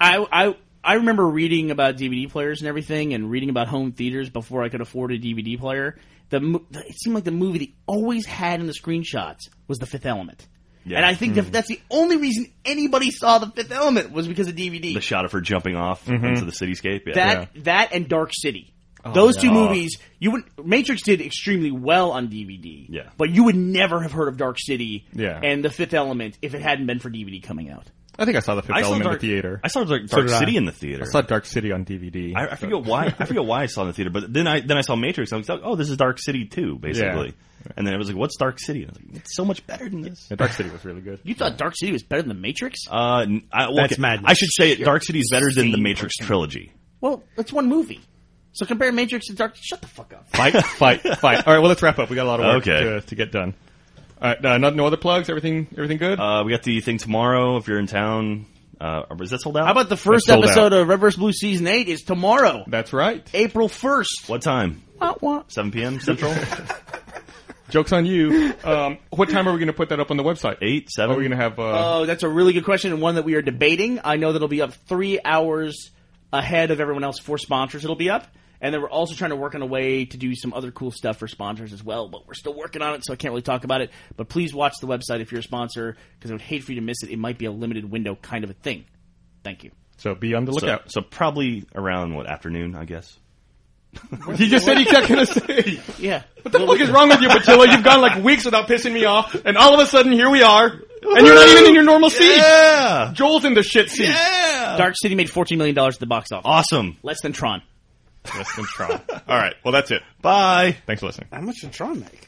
Speaker 4: I I I remember reading about DVD players and everything, and reading about home theaters before I could afford a DVD player. The, mo- the it seemed like the movie they always had in the screenshots was The Fifth Element.
Speaker 5: Yeah.
Speaker 4: And I think that- that's the only reason anybody saw The Fifth Element was because of DVD.
Speaker 5: The shot of her jumping off into the cityscape. Yeah.
Speaker 4: That that and Dark City. Those two
Speaker 5: yeah.
Speaker 4: movies, you would Matrix did extremely well on DVD.
Speaker 5: Yeah.
Speaker 4: but you would never have heard of Dark City.
Speaker 3: Yeah.
Speaker 4: and The Fifth Element if it hadn't been for DVD coming out.
Speaker 3: I think I saw the Fifth
Speaker 5: I saw
Speaker 3: Element
Speaker 5: Dark,
Speaker 3: in the theater.
Speaker 5: I saw Dark, Dark
Speaker 2: did I.
Speaker 5: City in the theater.
Speaker 3: I saw Dark City on DVD.
Speaker 5: I, I forget why I forget why I saw it in the theater, but then I then I saw Matrix. and I was like, oh, this is Dark City too, basically. And then I was like, what's Dark City? And I was like, it's so much better than this.
Speaker 3: Yeah, Dark City was really good.
Speaker 4: You thought Dark City was better than The Matrix?
Speaker 5: Uh, n- I, well,
Speaker 2: That's
Speaker 5: okay,
Speaker 2: madness.
Speaker 5: I should say it, Dark City is better than the Matrix trilogy.
Speaker 4: well, it's one movie. So compare Matrix and Dark. Shut the fuck up.
Speaker 3: Fight, fight, fight. All right, well, let's wrap up. We got a lot of work
Speaker 5: Okay.
Speaker 3: to, to get done. All right, uh, no, no other plugs. Everything, everything good.
Speaker 5: Uh, we got the thing tomorrow. If you're in town, uh, is that sold out?
Speaker 4: How about the first
Speaker 3: sold
Speaker 4: episode of Reverse Blue season eight is tomorrow,
Speaker 3: That's right.
Speaker 4: April first.
Speaker 5: what time?
Speaker 4: Wah, wah.
Speaker 5: 7 p.m. Central.
Speaker 3: Jokes on you. Um, what time are we going to put that up on the website?
Speaker 5: Eight,
Speaker 3: Are
Speaker 5: seven.
Speaker 3: we going to have? Uh,
Speaker 4: Oh, that's a really good question and one that we are debating. I know that'll be up three hours ahead of everyone else for sponsors. It'll be up. And then we're also trying to work on a way to do some other cool stuff for sponsors as well, but we're still working on it, so I can't really talk about it. But please watch the website if you're a sponsor, because I would hate for you to miss it. It might be a limited window kind of a thing. Thank you.
Speaker 3: so be on the
Speaker 5: so,
Speaker 3: lookout.
Speaker 5: so probably around what afternoon? I guess.
Speaker 3: he just said he's not going to say.
Speaker 4: Yeah.
Speaker 3: What the fuck is wrong with you, Patillo? You've gone like weeks without pissing me off, and all of a sudden here we are, and you're not even in your normal seat.
Speaker 5: Yeah.
Speaker 3: Joel's in the shit seat.
Speaker 4: Dark City made $14 million at the box office.
Speaker 5: Awesome.
Speaker 4: Less than Tron.
Speaker 3: All right, well that's it.
Speaker 5: Bye.
Speaker 3: Thanks for listening.
Speaker 2: how much did Tron make?